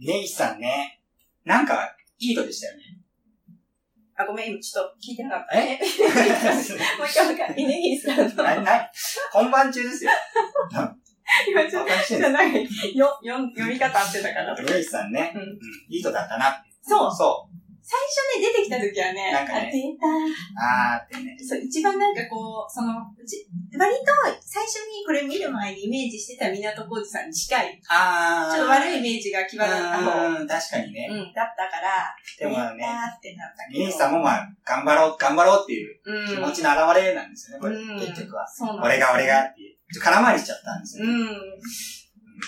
A: 峯岸さんね、なんか、いい人でしたよね。
B: あ、ごめん、今ちょっと聞いてなかった。
A: え
B: もう一回もう一回、峯岸さんの。
A: な、な、本番中ですよ。
B: 今ちょっ
A: おかしい
B: と、
A: です。
B: なんか、よ、よ、読み方合ってたかなと。
A: 峯岸さんね、
B: う
A: うん
B: ん、
A: いい人だったな。
B: そう。
A: そ
B: 最初ね、出てきた時はね、
A: なんかね
B: あ、出た。
A: う。あーってね。
B: そう、一番なんかこう、その、うち、割と、最初にこれ見る前にイメージしてた港浩二さんに近い、ち
A: あー。
B: ょっと悪い
A: い
B: イメージが際立った方、うん、
A: うん、確かにね。
B: だったから、
A: でも
B: 出
A: ね、
B: たってなったけど。
A: 峯岸さんもまあ、頑張ろう、頑張ろうっていう
B: うん、
A: 気持ちの表れなんですよね、これ。
B: うん
A: 結局は。
B: そうなん
A: 俺が、俺が。っていう。ちょっと空回りしちゃったんですよ。
B: う。
A: うん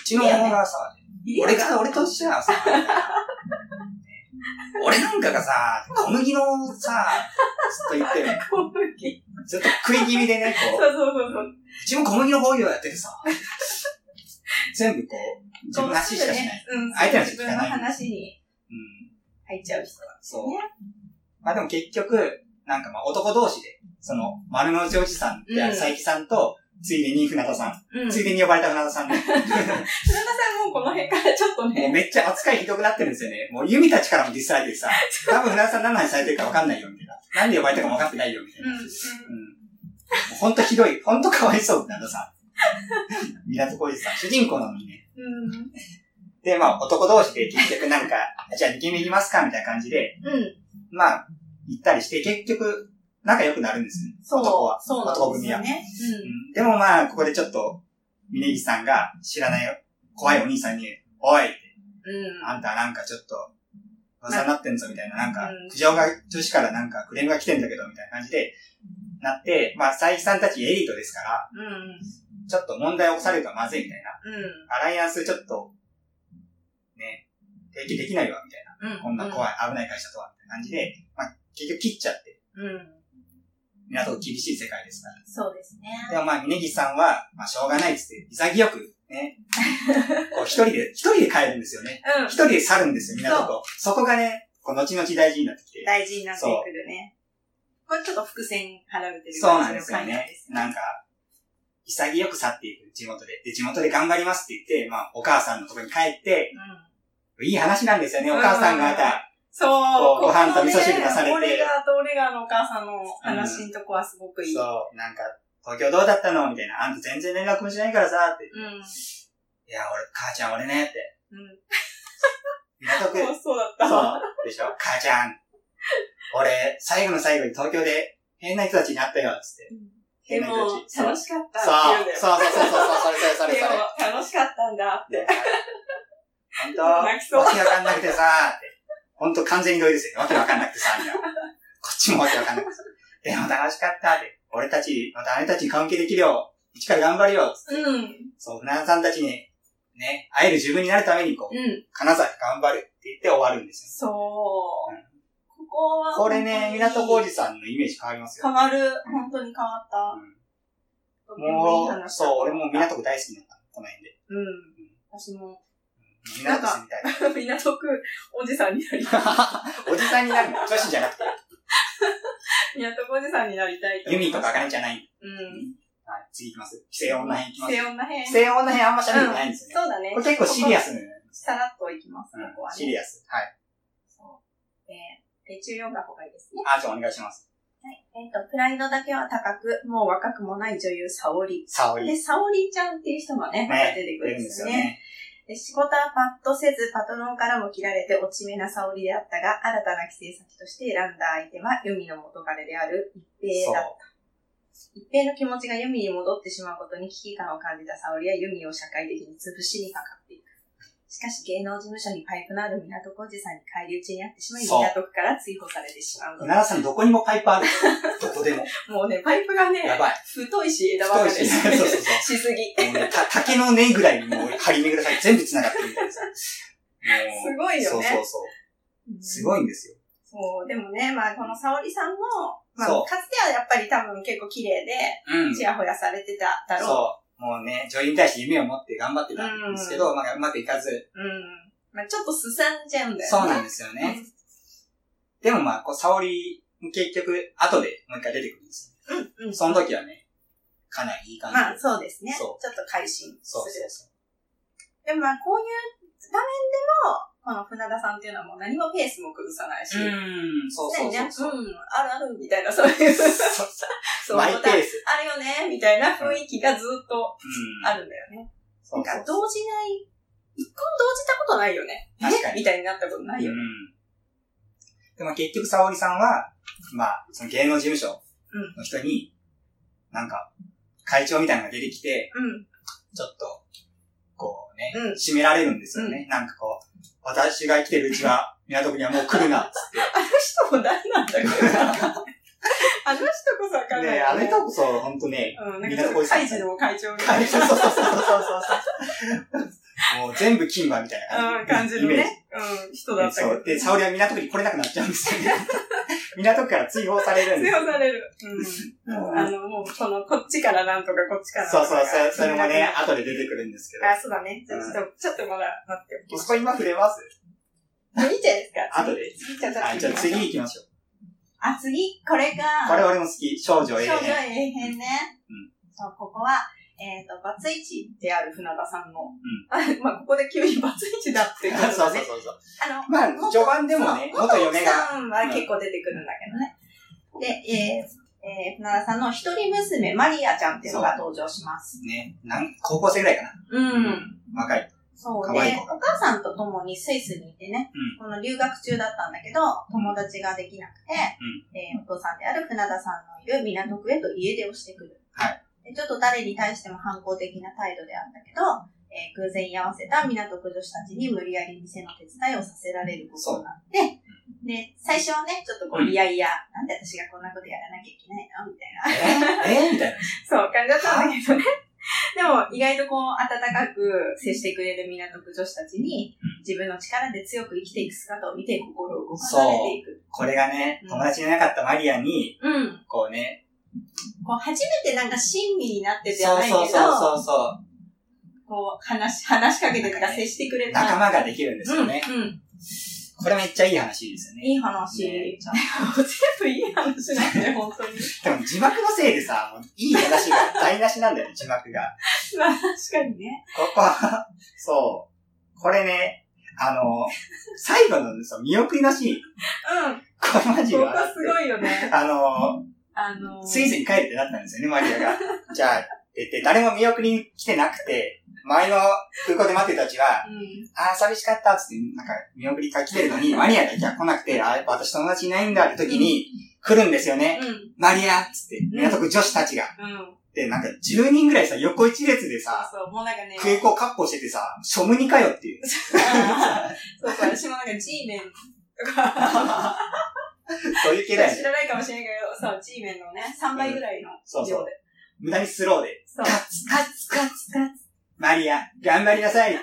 A: ちのオーナーさ、俺が、俺として はさ、俺なんかがさ、小麦のさ、ずっと言ってる。
B: 小麦。
A: ずっと食い気味でね、
B: そう
A: こう、
B: そうそうそう。
A: うちも小麦の防御やっててさ、全部こう、自分の話しかしない。
B: こう。すぐねうん、
A: 相手の話
B: 自
A: しか
B: 分
A: ない
B: の話に
A: うん。
B: 入っちゃう人なんです
A: そ
B: よ
A: う
B: ね。。
A: まあでも結局、なんかまあ男同士で、その、丸の内おじさんである
B: うん
A: 佐伯さんと、ついでに船田さん、
B: うん。
A: ついでに呼ばれた船田 さんね。
B: 田中さんもうこの辺からちょっと
A: もう
B: ね、
A: めっちゃ扱いひどくなってるんですよね。もうユミたちからもディスられてさ、多分船田さん何の話されてるか分かんないよ、みたいな。なんで呼ばれたかも分かってないよ、みたいな。
B: うん、
A: うん。ほんとひどい。ほんとかわいそう、船田さん。港小路さん、主人公なのにね。
B: うん、
A: で、まあ男同士で結局なんか、じゃあ2軒目行きますか、みたいな感じで、
B: うん、
A: まあ、行ったりして、結局、仲良くなるんですね。
B: そう、
A: 男は。
B: そうなんですよね。
A: うんでもまあ、ここでちょっと、峯岸さんが知らない怖いお兄さんに、おい、
B: うん、うん、
A: あんたなんかちょっと、噂になってんぞみたいな、なんか
B: うん、
A: 苦情が、女子からなんかクレームが来てんだけど、みたいな感じで、なって、まあ、佐伯さんたちエリートですから、
B: うん、
A: ちょっと問題を起こされるとまずいみたいな。
B: うん、
A: アライアンスちょっと、ね、提起できないわ、みたいな。
B: うん、
A: こんな怖い、危ない会社とは、みたいな感じで、まあ、結局切っちゃって、
B: うん、
A: 港厳しい世界ですから。
B: そうですね。
A: でもまあ、峯岸さんは、まあ、しょうがないっつって、潔く、ね、こう一人で、一人で帰るんですよね。
B: う
A: 一人で去るんですよ、港と。そこがね、こう、後々大事になってき
B: ん、
A: て。
B: 大事になってくるね。これちょっと伏線張られてる
A: そうなんですよ
B: 感じの回
A: ね。なんか、潔く去っていく、地元で。で、地元で頑張りますって言って、まあ、お母さんのところに帰って、
B: うん。
A: いい話なんですよね、お母さんがまた。
B: そう、
A: こうご飯と味噌汁
B: ここね
A: 出されて
B: 俺がと俺がのお母さんの話のとこはすごくいい。うん。
A: そう、なんか、東京どうだったのみたいな。あんた全然連絡もしないからさ、って。いや、俺、母ちゃん俺ね、って。
B: うん。
A: 港区、
B: そう、そうだった
A: そ
B: わ。
A: う。でしょ母ちゃん。俺、最後の最後に東京で変な人たちに会ったよ、つって。
B: うんで
A: 変な
B: も、
A: 人
B: 楽
A: たち。
B: し
A: そ
B: か
A: う。
B: ったって言うんだよ。
A: そうそうそうそうそう、それそれそれそ
B: で
A: れ。
B: も、楽しかったんだ。
A: で本当、わ
B: 泣きそう
A: けわかんなくてさ、って。本当完全に同意ですよ。わけわかんなくてさ、みたいな。こっちもわけわかんなくてさ。でも楽しかったって。俺たち、また姉たちに関係できるよ。うちから頑張るよ。
B: うん。
A: そう、船田さんたちに、ね、会える自分になるために、こう、
B: うん。
A: 金沢で頑張るって言って終わるんです
B: そう
A: う。
B: ここは
A: よ。
B: 本
A: こ
B: 当
A: れ
B: に。
A: ね、港浩二さんのイメージ変わりますよ。
B: 変わる。本当に変わった。とてもい
A: も、
B: いう話だ
A: そう、俺もう港区大好きだったの、この辺で。
B: うん。私も、
A: うん港区住みたいな。
B: 港区おじさんになり たい。
A: おじさんになるの女子じゃなくて、
B: 港区おじさんになりたい
A: ユミとかあかね
B: ち
A: じゃない。
B: うん。
A: はい、次行きます。規制女編行きます。
B: 西女編。
A: 規制女編あんま喋ってないんですよね。
B: そうだね。
A: これ結構シリア
B: ス。
A: スね。
B: さらっといきます、ここ
A: う
B: は
A: ん
B: ね。
A: シリアス。はい。
B: そう。えー、で、中読んだ方がいいですね。
A: あ、じゃあお願いします。
B: はい。えっと、プライドだけは高く、もう若くもない女優、沙織。
A: 沙織。
B: で、沙織ちゃんっていう人もね、また出てくるんですよね。で仕事はパッとせず、パトロンからも切られて落ち目な沙織であったが、新たな帰省先として選んだ相手は、黄泉の元彼である一
A: 出るんですよね。
B: 平
A: そう
B: だ。。一平の気持ちがユミに戻ってしまうことに危機感を感じた沙織はユミを社会的に潰しにかかっていく。しかし芸能事務所にパイプのある港小路さんに返り討ちにあってしまい、
A: そう
B: 港区から追放されてしまうのだ。
A: 奈良さんどこにもパイ プある。どこでも。
B: もうね、パイプがね、
A: やば い。
B: 太いし枝分
A: 太
B: か
A: い
B: れし
A: し。そうそうそう。
B: しすぎ。
A: もうね、た竹の根ぐらいにもう張り巡らされて全部繋がってるみたいなさ。
B: す
A: す
B: ごいよね。
A: そうそうそう。すごいんですよ。
B: そう、でもね、まあ、この沙織さんも、まあ、
A: そう
B: かつてはやっぱり多分結構綺麗で、
A: うん
B: ちやほやされてただろ
A: そう。もうね、女優に対して夢を持って頑張ってたんですけど、まあ、うまくいかず。
B: う。うん。まあ、ちょっとすさんじゃうんだよね。
A: そうなんですよね。でもまあ、こう、沙織、結局、後でもう一回出てくるんです
B: うん。うん、うん。
A: よ。その時はね、かなりいい感じで。
B: まあ、そうですね。ちょ
A: そ
B: っと改心す
A: そうそう
B: る。
A: そう。
B: でもまあ、こういう場面でも、この船田さんっていうのはもう何もペースも崩さないし、
A: うーん、そうそうそうそう。
B: ねうん、あるあるみたいな、そういう、そう、
A: マイ
B: ま
A: ペ
B: た
A: ース。
B: あるよね、みたいな雰囲気がずっと
A: うん。
B: あるんだよね。
A: そ
B: なん
A: うそうそう。
B: か、動じない、一個も動じたことないよね。
A: 確かに
B: えみたいになったことないよ
A: う
B: ね。
A: ん。でも結局、沙織さんは、まあ、その芸能事務所の人に、なんか、会長みたいなのが出てきて、
B: うん。
A: ちょっと、こうね、
B: うん
A: 締められるんですよね。なんかこう、私が生きてるうちは、港区にはもう来るな、つ
B: あの人も誰なんだけど。あの人こそわか
A: っ
B: ん
A: て。
B: ない。
A: ね、あれとこそ、ほんとね、
B: うん、なんかちょっと、カイジでも会長みたい
A: 会
B: な。
A: 長、そうそうそうそうそうそう。もう全部金馬みたい
B: うん、
A: な
B: 感
A: 感じ。
B: じの
A: イメージ
B: ね。うん、人だったけど。
A: そう。で、沙織は港区に来れなくなっちゃうんですよね。 港区から追放されるんで
B: 強
A: すよ。
B: される。うん。
A: うん
B: あの、もう、この、こっちからなんとか、こっちから
A: そうそう、
B: なんとか
A: そそれも ね、後で出てくるんですけ
B: あ、そうだね。じゃあ
A: うん
B: ちょっと、ちょっとまだ待って
A: ど。そこ今触れます
B: おき。見ちゃいですか
A: 後で。
B: 次、次ちょっと
A: はい、じゃあ次行きましょう。
B: あ、次、これが、
A: これ俺も好き。少女
B: 少
A: A
B: 女
A: 編。
B: 永遠ね。
A: うん
B: そう、ここは、えっ、と、バツイチである船田さんの。
A: ん
B: あ まあ、ここで急にバツイチだっていうことで、ね。
A: そうそうそうそう。
B: あの、
A: まあ、序盤でもね、
B: そう
A: 元嫁が。
B: さんは結構出てくるんだけどね。で、えー、えー、船田さんの一人娘、マリアちゃんっていうのが登場します。
A: ね、なん高校生ぐらいかな。
B: う
A: うん。若い。
B: そう
A: 可
B: で、
A: 愛い子が
B: お母さんと共にスイスにいてね、この留学中だったんだけど、友達ができなくて、えーお父さんである船田さんのいる港区へと家出をしてくる。
A: はい
B: でちょっと誰に対しても反抗的な態度であったけど、えー偶然居合わせた港区女子たちに無理やり店の手伝いをさせられることになって、で、最初はね、ちょっとこ
A: う
B: う、
A: ん
B: いやいや、なんで私がこんなことやらなきゃいけないのみたいな。
A: ええみたいな。
B: そう、感じだったんだけどね。 でも、意外とこう、温かく接してくれる港区女子たちに
A: うん、
B: 自分の力で強く生きていく姿を見て心を動かされていく。
A: これがね
B: う、ん
A: 友達になかったマリアに、
B: うん。
A: こうね、
B: こう、初めてなんか親身になってじゃ
A: そ
B: な
A: う
B: いけ
A: そう
B: ど、
A: そうそうそ
B: こう、話し、 話しかけてとか接してくれ
A: う。
B: た。
A: 仲間ができるんですよね。
B: うん、うん。
A: これめっちゃいい話ですよね。
B: いい話。
A: ね
B: 全部いい話なんだよ、本当に。
A: でも字幕のせいでさ、もういい話が台無しなんだよね、字幕が。
B: まあ、確かにね。
A: ここは、そう。これね、あの、最後のその見送りのシーン。
B: うん。
A: これマジ
B: 僕
A: は。
B: はすごいよね。
A: あ
B: あの
A: の、
B: ー、
A: スイスに帰るってなったんですよね、マリアが。じゃあ、って言って、誰も見送りに来てなくて、前の空港で待ってる人たちは、
B: うん。
A: ああ、寂しかったっつって、なんか、見送りが来てるの に、マリアがいや来なくて、ああ、やっぱ私友達いないんだって時に、来るんですよね。
B: うん。
A: マリアっつって、港区女子たちが。
B: うん。
A: で、なんか、10人ぐらいさ、横一列でさ、
B: そうそう、もうなんかね。
A: 空港確保しててさ、庶務にかよっていう。
B: そうそう、私もなんか G メンとか、
A: そういう系
B: 知
A: だよね。
B: らないかもしれないけど、そう、G メンのね、3倍ぐらいの
A: そうそ
B: 量
A: う。
B: で。
A: 無駄にスローで、
B: そう。
A: カ
B: ツカツカツカツ。
A: マリア、頑張りなさい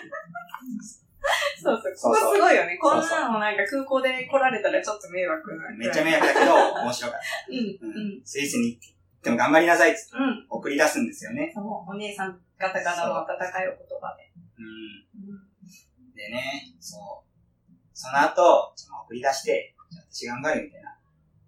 A: そうう
B: そうそ。こ
A: そう
B: こすごいよね。こん
A: そうそう
B: なのなんか空港で来られたらちょっと迷惑な
A: めっちゃ
B: 迷
A: 迷惑だけど、面白かった。
B: 惑。うん、うん。
A: スイスに行っても頑張りなさいっつって
B: うん。
A: 送り出すんですよね。
B: そう、お姉さん方々の温かいお言葉で。
A: う
B: うん
A: ん。でね、そう。その後、その送り出して、じゃあ私頑張るみたいな。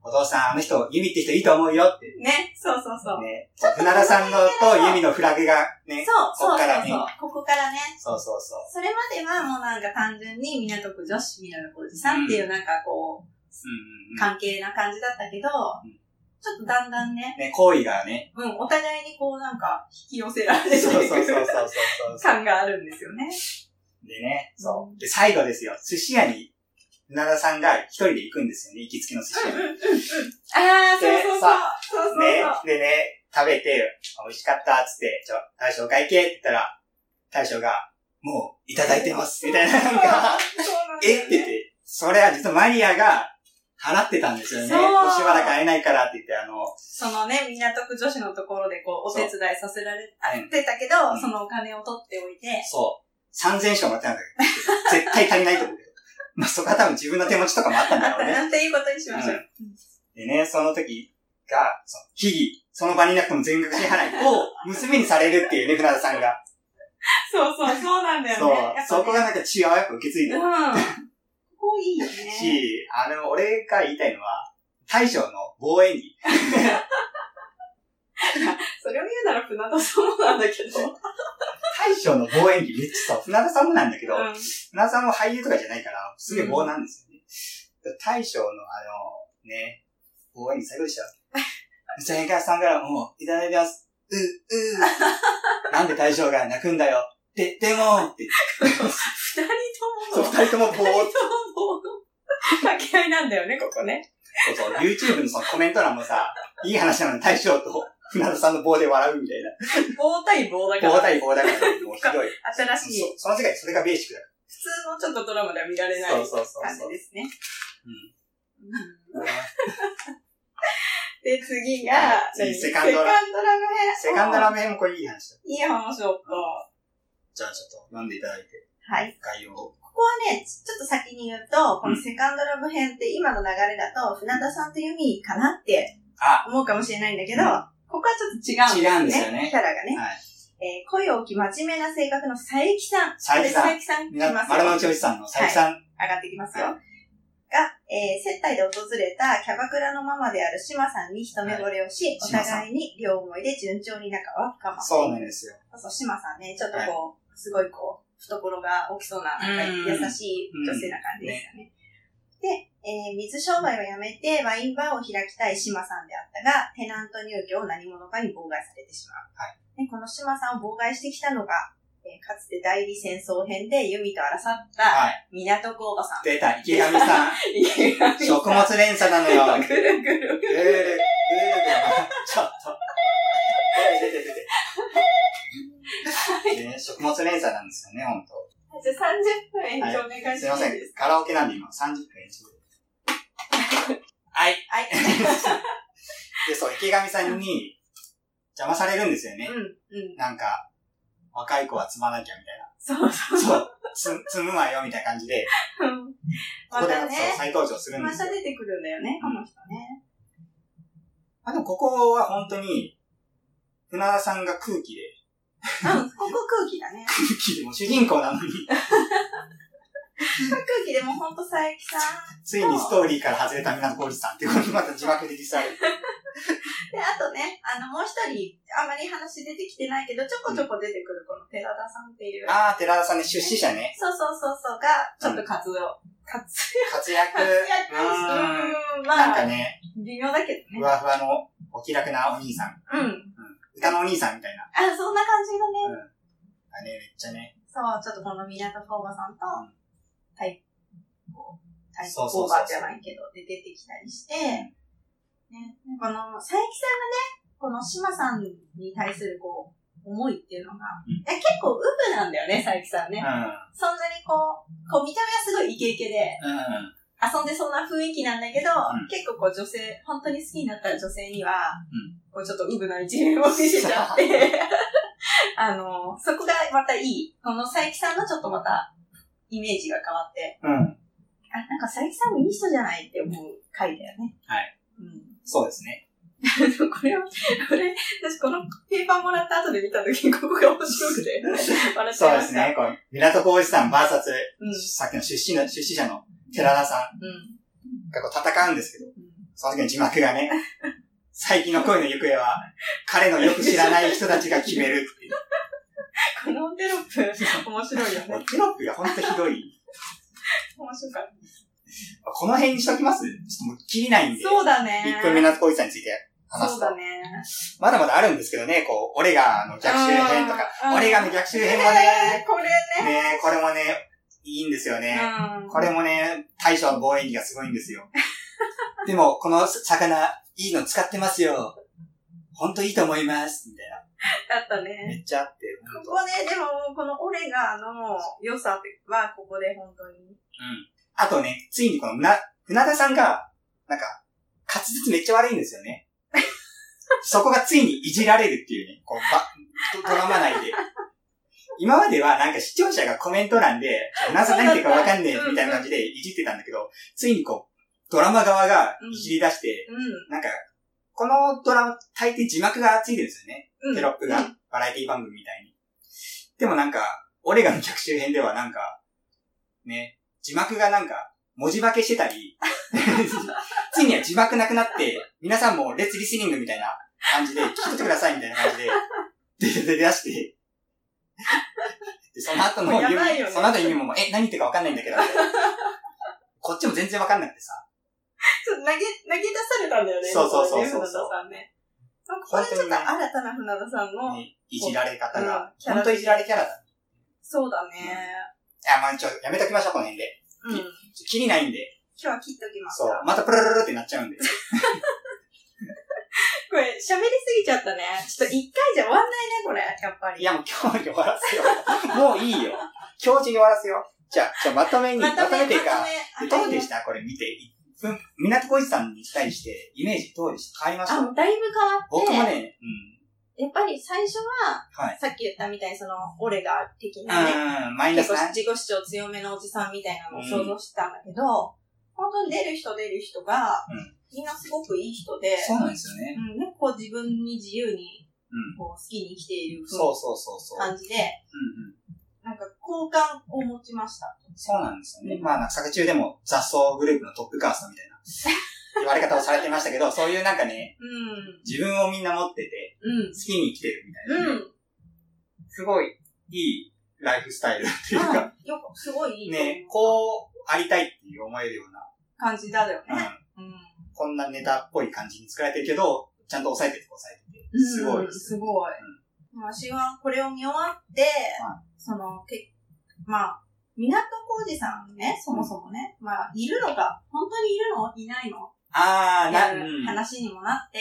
A: お父さん、あの人、ユミって人いいと思うよって。
B: ね、そうそうそう。
A: ね、船田さんのとユミのフラグがね、
B: そ
A: こ
B: う、そう
A: っか
B: そう
A: らね
B: そう。ここからね。
A: そうそうそう。
B: それまではもうなんか単純に港区女子、港区おじさんっていうなんか
A: うんう
B: こう、
A: んうん。
B: 関係な感じだったけど、
A: うん
B: ちょっとだんだんね、
A: ね、行為が ね、
B: うん、お互いにこうなんか引き寄せられ
A: そ
B: て
A: う
B: いく
A: そうそうそうそうそう。
B: 感があるんですよね。
A: でね、そう。で、最後ですよ。寿司屋に、船田さんが一人で行くんですよね、行きつけの寿司屋に。
B: ああ、そうそうそう。
A: でさ
B: そうそうそう。
A: ね、でね、食べて、あ美味しかったっつって、じゃあ大将お会計って言ったら、大将が、もういただいてますみたいな、なんか、 えって言って、それは実はマリアが払ってたんですよね。
B: そう
A: もうしばらく会えないからって言って、あの、
B: そのね、港区女子のところでこう、お手伝いさせられ
A: そう
B: てたけど、
A: うん
B: そのお金を取っておいて、
A: そう。3000しかもらってないんだけど、絶対足りないと思うけど。まあそこは多分自分の手持ちとかもあったんだ
B: あっ
A: ろ
B: た
A: うね。
B: なんていうことにしましょう。
A: でね、その時が、その、秘技、その場にいなくても全額支払いを娘にされるっていうね、船田さんが。
B: そうそう、そうなんだよね。
A: そう
B: やっぱね。
A: そこがなんか血はやっぱ受け継いでる
B: うん。ここいいよね。
A: し、あの、俺が言いたいのは、大将の防衛に。
B: それを言うなら船戸さんもなんだけど。
A: 大将の防衛にめっちゃさ、船田さんもなんだけど、
B: うん。
A: 船田さんも俳優とかじゃないから、すげえ棒なんですよね。大将のあの、ね、棒に最後でした。うちの家さんからもう、いただいてます。う、う なんで大将が泣くんだよ。で、でもって
B: 二人と
A: そう、
B: もの、
A: 二人とも棒
B: 二人ともの掛け合いなんだよね、ここね。
A: そうそう、YouTube のそのコメント欄もさ、いい話なのに大将と船田さんの棒で笑うみたい
B: 棒対棒だか
A: な。棒
B: ら。
A: 対棒だから、もうひどい。
B: 新しい
A: そ。その世界、それがベーシックだ
B: 普通のちょっとドラマでは見られな
A: か
B: い
A: ら。
B: 感
A: そうそうそうそう
B: じ。ですね。
A: うん
B: うんで、次が
A: はい、
B: 何
A: 次セカンドラ
B: セカンドラム編。
A: セカンドラメもこれいい話だ。
B: いい話だった。
A: じゃあちょっと読んでいただいて、
B: はい。
A: 概要を。
B: ここはね、ちちょっと先に言うと、この
A: うん
B: セカンドラブ編って今の流れだと、船田さんとユミかなって
A: あ
B: 思うかもしれないんだけど、
A: うん
B: ここはちょっと違うんですよね。
A: 違うんですよね
B: キャラがね。
A: はい。
B: えー恋を置き真面目な性格の佐伯さん。
A: 佐伯さん
B: これ佐伯さん来
A: 皆
B: ますよ。
A: 丸の内おじさんの佐伯さん。
B: 上がってきますよ。が、えー接待で訪れたキャバクラのママである島さんに一目惚れをし、
A: はい
B: お互いに両思いで順調に仲は深まっていく
A: そうなんですよ。
B: そうそう、島さんね、ちょっとこう、すごいこう、懐が大きそうな、なんか
A: うん
B: 優しい女性な感じですよね。で、えー水商売をやめてワインバーを開きたい島さんであったが、テナント入居を何者かに妨害されてしまう。
A: は
B: でこの島さんを妨害してきたのが、えーかつて代理戦争編でユミと争った
A: はい。
B: 港工場さん。
A: 出た、池上さ ん。食物連鎖なのよ。
B: ぐるぐ
A: ぐる
B: る。
A: ぐるぐるぐるちょっと。出て出て出て。ね、食物連鎖なんですよね、ほんと。
B: じゃあ30分延長お願いし
A: すいま
B: ま
A: せ
B: す。
A: ん。カラオケなんで今、30分延長で。はい。
B: はい。
A: で、そう、池上さんに邪魔されるんですよね
B: う。ん、うん。
A: なんか、若い子は積まなきゃみたいな。
B: そうそう。
A: そう、つ積むわよみたいな感じで、
B: うん
A: こ
B: ま
A: こで、
B: たね。
A: そう、再登場するんで
B: ますた
A: よ。
B: 出てくるんだよね、
A: う
B: こ
A: ん
B: の人ね。
A: あ、でもここは本当に、船田さんが空気で、
B: うん、ここ空気だね。
A: 空気でも主人公なのに、
B: 空気でもほんと佐伯さん。
A: ついにストーリーから外れた港浩二さんっていうことにまた字幕で実際ある。
B: で、あとね、あの、もう一人、あまり話出てきてないけど、ちょこちょこ出てくるこの寺田さんっていう。
A: あー、寺田さんね、出資者ね。
B: そうそうそうそうが、ちょっと活動。活
A: 活躍。
B: 躍して
A: うん。
B: うん、
A: なん
B: ま
A: か
B: あ、
A: ね、
B: 微妙だけど
A: ふ
B: ね。
A: わふわのお気楽なお兄さん。
B: うん。
A: 歌のお兄さんみたいな。
B: あ、そんな感じだね。
A: あね、めっちゃね。
B: そう、ちょっとこの港フォーバさんと
A: うん、
B: タイプ、こうタイプ
A: そうそ
B: フォ
A: うそうそう
B: ーバじゃないけど、で出てきたりして、ね、この、佐伯さんがね、この島さんに対するこう、思いっていうのが、
A: うん
B: え結構ウブなんだよね、佐伯さん
A: う
B: ね。
A: ん。
B: そんなにこう、こう見た目はすごいイケイケで、
A: うん。
B: 遊んでそうな雰囲気なんだけど、
A: ん
B: 結構こう女性、本当に好きになった女性には、
A: う
B: こうちょっとウブな一面を見せちゃって、 あの、そこがまたいい。この佐伯さんのちょっとまた、イメージが変わって、
A: うん。
B: あ、なんか佐伯さんもいい人じゃないって思う回だよね。
A: はい。
B: うん。
A: そうですね。
B: これは、これ、私このペーパーもらった後で見た時にここが面白く て、笑っち
A: そ
B: ゃいうま
A: で
B: し
A: す
B: た。
A: ね。こう、港浩二さん VS、
B: うん。
A: さっきの出資の、出資者の寺田さ
B: うん
A: がこう戦うんですけど、
B: ん。うん
A: その時の字幕がね、最近の恋の行方は、彼のよく知らない人たちが決めるっていう。
B: このテロップ、面白いよ
A: も
B: ね。
A: うテロップがほんとひどい。
B: 面白かっ
A: この辺にしときますちょっともう切りないん
B: た。
A: で。
B: そうだね。
A: 1分目の恋さんについて話
B: そ
A: すと。
B: うだね。
A: まだまだあるんですけどね、こう、オレガの逆襲編とか、
B: うん。
A: オレガの逆襲編も
B: え
A: ね、
B: ーこれね。
A: ねこれもね、いいんですよね。
B: うん。
A: これもね、大将の防衛技がすごいんですよ。でも、この魚、いいの使ってますよ。ほんといいと思います、みたいな。
B: だったね。
A: めっちゃあって、ほんと。
B: ここね、でも、このオレガの良さは、ここで本当に。
A: あとね、ついにこのな、船田さんが、なんか、滑舌めっちゃ悪いんですよね。 そこがついにいじられるっていうね、こう、ば、ととがまないで。今まではなんか視聴者がコメント欄で、船田さん何言ってるかわかんねえみたいな感じでいじってたんだけど、ついにこう、ドラマ側がいじり出して、
B: う
A: なんか、このドラマ、大抵字幕がついてるんですよね。
B: ん。うん、
A: テロップ
B: う
A: が
B: ん、
A: バラエティ番組みたいに。でもなんか、オレガの客周辺ではなんか、ね、字幕がなんか、文字化けしてたり、 ついには字幕なくなって、皆さんもレッツリスニングみたいな感じで、聞き取ってくださいみたいな感じで、出て出だして、でその後の
B: もうや
A: ゆ
B: ばいよね
A: み、その後のゆみも、え、何言ってるかわかんないんだけど、みたいなこっちも全然わかんなくてさ、
B: ちょっと投げ、投げ出されたんだよね。
A: そうそうそうそう
B: ここでね船田さんね。ここでちょっと新たな船田さんの、
A: ねいじられ方が、
B: うん
A: 本当いじられキャラだ。い
B: そうだね。
A: や、まあちょ、やめときましょう、この辺で。
B: うん。今
A: ちょキリないんで。
B: 日は切っときます
A: そう
B: か。。
A: またプルルルってなっちゃうんで。
B: これ、喋りすぎちゃったね。ちょっと一回じゃ終わんないね、これ。やっぱり。
A: いや、もう今日に終わらせよう。 もういいよ。今日中に終わらせよう。じゃあ、じゃあまとめに、ま
B: まと
A: と
B: め、ま
A: めて
B: とめ
A: いうか。。でどうで
B: し
A: したこれ見て。うん。港小路さんに対して、イメージどうでした変わりました
B: あ、もうだいぶ
A: 僕
B: 変
A: も
B: わって、
A: ね、う
B: やっぱり最初は、
A: はい
B: さっき言ったみたいに、その、オレガ的
A: ん。
B: なね、
A: うん、マイナ
B: 結
A: ス
B: 構
A: な。
B: 自己主張強めのおじさんみたいなのを想像してたんだけど、本当に出る人出る人が、
A: うん
B: みんなすごくいい人で、
A: そうなんですよね。
B: うん、ね、こう自分に自由に、
A: うん。
B: こう好きに生きている
A: そうそうそうそう。うんうん
B: 感じで、なんか好感を持ちました。
A: そうなんですよね。まあ、なんか作中でも雑草グループのトップカーストみたいな 言われ方をされてましたけど、そういうなんかね、
B: う
A: 自分をみんな持ってて、
B: ん。
A: 好きに生きてるみたいな
B: う
A: ね、
B: ん。うん。
A: すごいいいライフスタイルっていうか、
B: あよく、すごいいいと思う
A: ね、こうありたいっていう思えるよう
B: 感じだよ
A: な、うん
B: ね。うん。
A: こんなネタっぽい感じに作られてるけど、ちゃんと抑えてて抑えてて、
B: うん
A: すごいです
B: すごい。私はこれを見終わって、その、けまあ、港浩二さんね、そもそもね、まあ、いるのか、本当にいるのいないの
A: あー、な、
B: っていう
A: うん。
B: 話にもなって、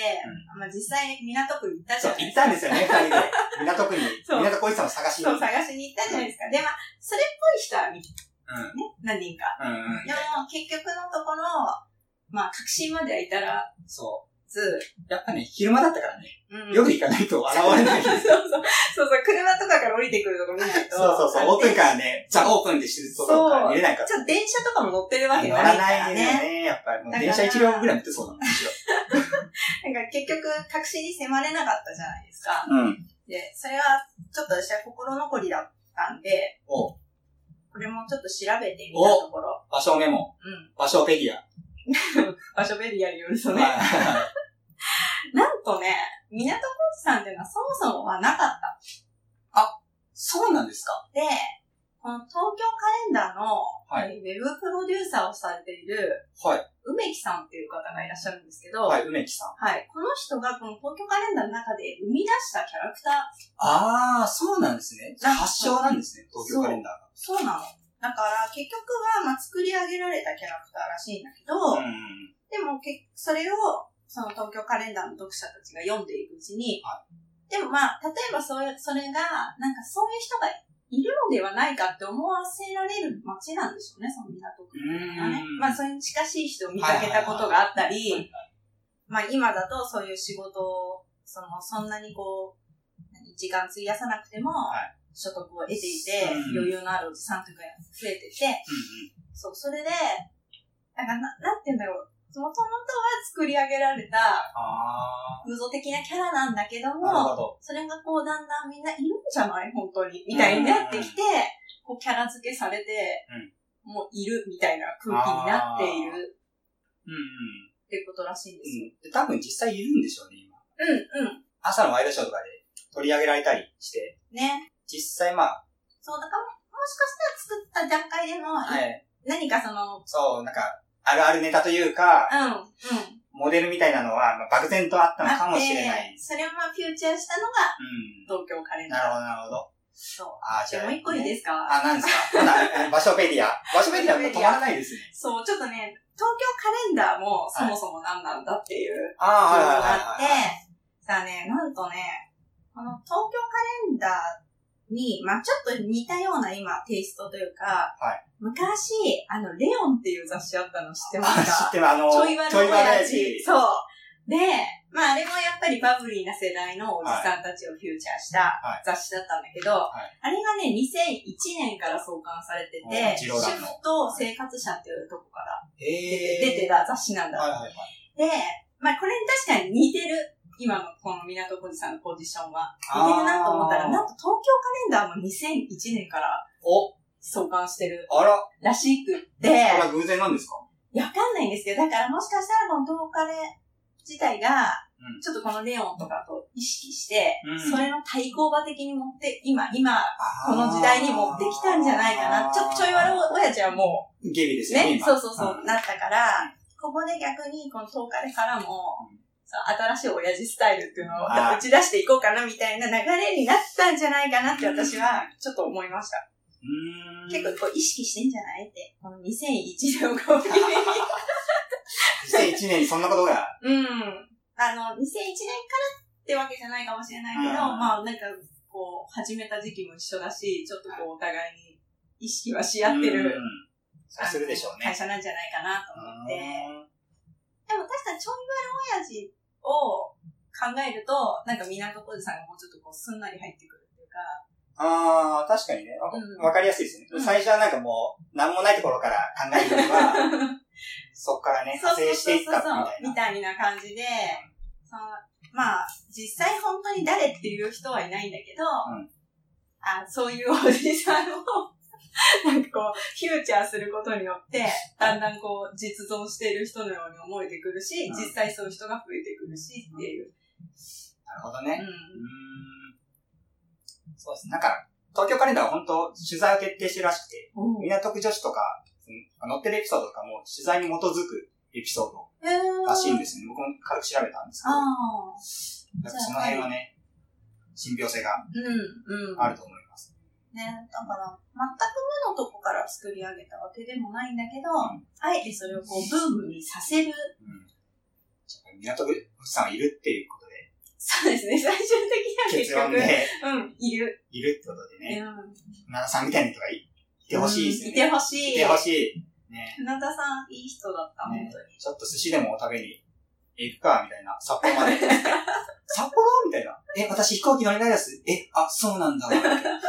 B: まあ、実際港区に行ったじ
A: そ
B: ゃ
A: う
B: な、い
A: 行
B: で
A: っ
B: すか。
A: たんですよね、二人で。港区に、
B: そう
A: 港小路さんを探しに。
B: そう、探しに行ったじゃないですか。で、まあ、それっぽい人は見て、
A: うん
B: ね、何人か。
A: うんうん。
B: でも、結局のところ、まあ、確信までは至ら
A: そ
B: ず、
A: う。やっぱね、昼間だったからね、
B: うん
A: 夜行かないと現れない。
B: そうそう。そうそう、車とかから降りてくるとこ見ないと。
A: そうそうそう、オープンからね、ザ・オープンでしてるところから見れないから。
B: ちょっと電車とかも乗ってるわ
A: 乗
B: けない
A: ら
B: か
A: な
B: ら
A: い
B: ね。
A: ですよね、やっぱり。もう
B: だか
A: 電
B: ら
A: 車一両ぐらい乗ってそうだもん、むしろ
B: なんか結局、確信に迫れなかったじゃないですか。
A: うん。
B: で、それは、ちょっと私は心残りだったんで、
A: お
B: これもちょっと調べてみたところ、
A: 場所メモ、
B: うん。
A: 場所ペディア。
B: 場所ベリアによるとね、
A: はい
B: なんとね、港コーチさんっていうのはそもそもはなかった。
A: そうなんですか
B: で、この東京カレンダーの、
A: はい
B: えーウェブプロデューサーをされている、
A: はい。
B: 梅木さんっていう方がいらっしゃるんですけど、
A: はい、梅木さん。
B: はい。この人がこの東京カレンダーの中で生み出したキャラクタ
A: ああ、
B: ー、
A: そうなんですね。
B: なんか
A: 発祥なんですね、東京カレンダ
B: そうなの。だから、結局は、まあ、作り上げられたキャラクターらしいんだけど、
A: ーが。うん。
B: でもけ、それを、その東京カレンダーの読者たちが読んでいくうちに、
A: は
B: でもまあ、例えばそういう、それが、なんかそういう人がいるのではないかって思わせられる街なんでしょうね、その港区がね
A: う。ん
B: まあ、それに近しい人を見かけたことがあったり、まあ、今だとそういう仕事を、その、そんなにこう、何時間費やさなくても
A: はい、
B: 所得を得ていて、
A: うん
B: 余裕のあるおじさんとかが増えてて、そう、それで、なんかな、なんて言うんだろう。もともとは作り上げられた、
A: あ
B: 偶像的なキャラなんだけど
A: あ、なる
B: も、
A: ほど。
B: それがこう、だんだんみんないるんじゃない本当に。みたいになってきて、こう、キャラ付けされて、もういるみたいな空気になっている
A: うんうん。
B: ってことらしいんですよ。
A: うんで、多分実際いるんでしょうね、今。
B: うん、うん。
A: 朝のワイドショーとかで取り上げられたりして、
B: ね。
A: 実際まあ、
B: そう、だから、もしかしたら作った段階でも、
A: はい、
B: 何かその、
A: そう、なんか、あるあるネタというか、
B: うん、うん。
A: モデルみたいなのは、まあ、漠然とあったのかもしれな
B: あって
A: い。
B: それをまあ、フューチャーしたのが、
A: う
B: 東京カレン
A: ん。
B: ダ
A: な
B: ー。
A: るほど、なるほど。
B: そう。
A: ああ、
B: じゃあもう一個いいですか
A: あ、なんですかまだ、え場所ペディア。場所ペディア止まらないですね。
B: そう、ちょっとね、東京カレンダーもそもそも何なんだっていう
A: あ
B: の
A: あ、はいはい
B: があっ
A: はい
B: て
A: はい。、
B: だね、なんとね、この東京カレンダーに、まあちょっと似たような今、テイストというか、
A: は
B: 昔、あの、レオンっていう雑誌あったの知ってま
A: あ
B: す
A: 知っ
B: か
A: てる、あの、
B: ちょいわ
A: ちょい
B: の
A: わ
B: 親
A: ら
B: 父。
A: じ。
B: そう。で、まああれもやっぱりバブリーな世代のおじさんたちをフューチャーした
A: はい
B: 雑誌だったんだけど、
A: い
B: あれがね、2001年から創刊されて
A: うん
B: て、
A: ジ
B: シ
A: ローラン
B: フ
A: の
B: ト生活者っていうとこから
A: え
B: 出てた雑誌なんだ。
A: はいはいはい。
B: で、まあこれに確かに似てる。今のこの港小路さんのポジションは。
A: あー
B: 似てるなと思ったら、なんと東京カレンダーも2001年から
A: お、
B: 創刊してる
A: あら、
B: らしくっ
A: こ
B: て、
A: れは偶然なんですか
B: いやわかんないんですけど、だからもしかしたらこの東カレ自体が
A: うん、
B: ちょっとこのレオンとかと意識して、
A: うん
B: それの対抗馬的に持って、今、今、
A: あ
B: こ
A: ー
B: の時代に持ってきたんじゃないかな。ちょ、ちょい悪お親父はもう、
A: ゲビですよね、
B: ね、
A: 今。
B: そうそうそ
A: ん
B: う、なったから、ここで逆に、この10日でからも、そう新しい親父スタイルっていうのを
A: あー
B: 打ち出していこうかなみたいな流れになったんじゃないかなって私はちょっと思いました。
A: うーん
B: 結構こう意識してんじゃないって、この2001年を こう
A: 2001年にそんなことが。
B: うん。あの、2001年からってわけじゃないかもしれないけど、
A: うん
B: まあなんかこう、始めた時期も一緒だし、ちょっとこうお互いに意識はし合って
A: うん
B: る、。
A: そうするでしょう
B: あの会
A: ね。
B: 社なんじゃないかなと思って。
A: うん
B: でも確かにちょいわる親父を考えると、なんか港小路さんがもうちょっとこうすんなり入ってくるっていうか、
A: ああ、確かにね。わ
B: うん
A: わかりやすいですね
B: う。ん
A: 最初はなんかもう、なんもないところから考えるのは、 そっからね、
B: そう
A: 派
B: そう
A: 生していっ
B: そう
A: たみ
B: そう
A: たい
B: み
A: な。
B: たいな感じで、そのまあ実際本当に誰っていう人はいないんだけど、
A: うん
B: あそういうおじさんをなんかこう、フューチャーすることによって、 だんだんこう、実存している人のように思えてくるし、
A: うん
B: 実際そういう人が増えてくるしっていう。
A: なるほど
B: う
A: ね。うー
B: ん。
A: ん。そうですね。なんか、東京カレンダーは本当取材を決定してるらしくて、
B: うん
A: 港区女子とか、うん載ってるエピソードとかも取材に基づくエピソー
B: へー
A: ドらしいんですよね。僕も軽く調べたんですけ
B: あ
A: ど、
B: あ。
A: なんかその辺はね、信憑性が
B: うん、うん。
A: あると思います。
B: ね、だから、全く無のとこから作り上げたわけでもないんだけど、
A: うん
B: あえてそれをこう、ブームにさせる。
A: うん。ちょっと港区女子さんはいるっていうことで、
B: そうですね、最終的
A: 結
B: には
A: 論
B: 結局、
A: で、
B: うん、いる。
A: いるってことでね、
B: うん。
A: 奈良さんみたいな人がいいてほしいです
B: う
A: よ
B: んい
A: ね。
B: てほしい。
A: いてほしい。ね。
B: 船田さん、いい人だった、
A: ね
B: 本当に。
A: ちょっと寿司でも食べに行くか、みたいな。札幌ま で。札幌みたいな。え、私飛行機乗れないです。え、あ、そうなんだ。ドゥーン、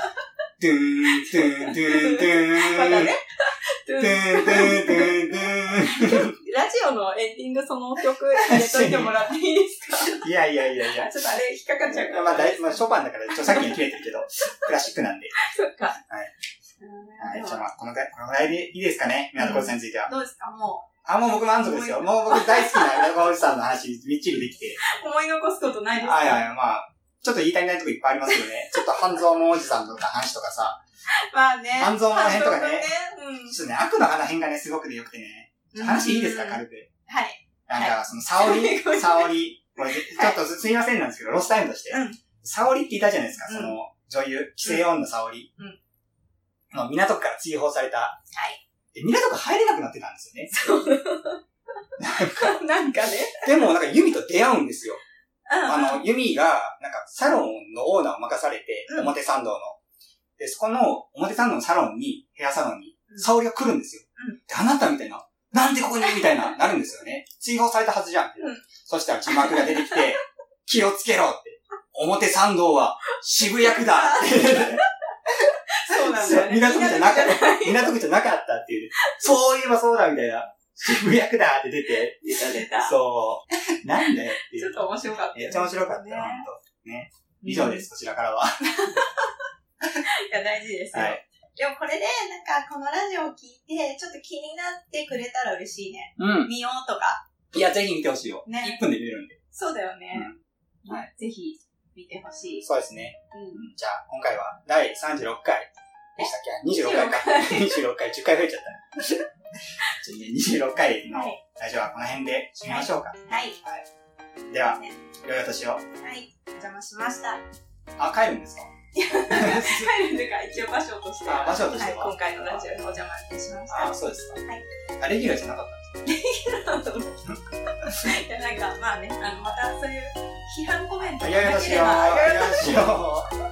A: ドゥーン、ドゥーン、ドゥ
B: ま
A: ー
B: た
A: ン。
B: ね、
A: ドゥーン、ドゥーン、ドゥーン、ドゥ
B: ラジオのエンディングその曲入れといてもらっていいですか
A: ーン。いやいやい やいや。
B: ちょっとあれ引っかかっちゃうから。
A: まあ、だいまあ、ショパンだから、著作権切れてるけど、 クラシックなんで。。
B: そっか。はい
A: はい、じゃあまあ、このぐらい、このぐらいでいいですかね、港小路さんについては。
B: どうですかも
A: あ、もう僕満足ですよ。もう僕大好きな港小路さんの話、みっちりできて。
B: う、思い残すことないですか
A: はいはい、まあ、ちょっと言い足りないとこいっぱいありますよね。 ちょっと半蔵門おじさんとか話とかさ、
B: まあね。
A: 半蔵門編とかね
B: 半蔵門ね。
A: ちょっとね、悪の花編がね、すごくね、良くてね。
B: うん。
A: 話いいですか、
B: はい。
A: 軽く。なんか、その、沙
B: は
A: 織、
B: い
A: 沙織、これ、ちょっとすいませんなんですけど、ロスタイムとして
B: うん。
A: 沙織っていたじゃないですか、
B: うん
A: その、女優、規制女沙織
B: うん。。
A: の港区から追放された。はいで、港区入れなくなってたんですよね。
B: なんかね。
A: でも、なんか、ユミと出会うんですよ。あ
B: あ
A: の、ユミが、なんか、サロンのオーナーを任されて、
B: うん
A: 表参道の。で、そこの、表参道のサロンに、ヘアサロンに、
B: うん
A: 沙織が来るんですよ。
B: うん
A: で、あなたみたいな、なんでここにみたい な、なるんですよね。追放されたはずじゃん。
B: うん
A: そしたら字幕が出てき て、気をつけろって。表参道は渋谷区だって。
B: そう なん
A: そ
B: だ
A: う
B: よね。
A: 港区じゃなかった
B: 港区じゃない。。
A: 港区じゃなかったっていう。そういえばそうだみたいな。渋谷区だって出て、
B: 出た出た。
A: そう。なんだよってい
B: ち
A: う
B: ょっ。と面白かった。
A: めっちゃ面白かった
B: ね
A: よ、ほんと。以上です、こちらからは。
B: うん。いや、大事ですよ。
A: はい
B: でもこれで、なんか、このラジオを聞いて、ちょっと気になってくれたら嬉しいね。
A: うん。
B: 見ようとか。
A: いや、ぜひ見てほしいよ。
B: ね
A: 1分で見れるんで。
B: そうだよね。
A: うんはい
B: ぜひ、見てほしい。
A: そうですね。
B: う
A: うんじゃあ、今回は第36回でしたっけ ?26 回か。26回、10回増えちゃ った。ちょっとね26回
B: ん。
A: の
B: はい。
A: ラジオはこの辺で締めましょうか。
B: はい。
A: では、良いお年を。
B: はい。お邪魔しました。
A: あ、帰るんです か
B: 帰るとか、一応場所としては。
A: あ場所としては
B: はい今回のラジオに お邪魔いたしました。
A: あ、そうですか。
B: はい
A: あ、レギュラーじゃなかったんですか
B: あのいや、なんか、まあね、あの、またそういう批判コメント
A: あ
B: が
A: りがとう
B: な
A: し
B: け
A: よう。
B: れば、
A: ありがとうしよう。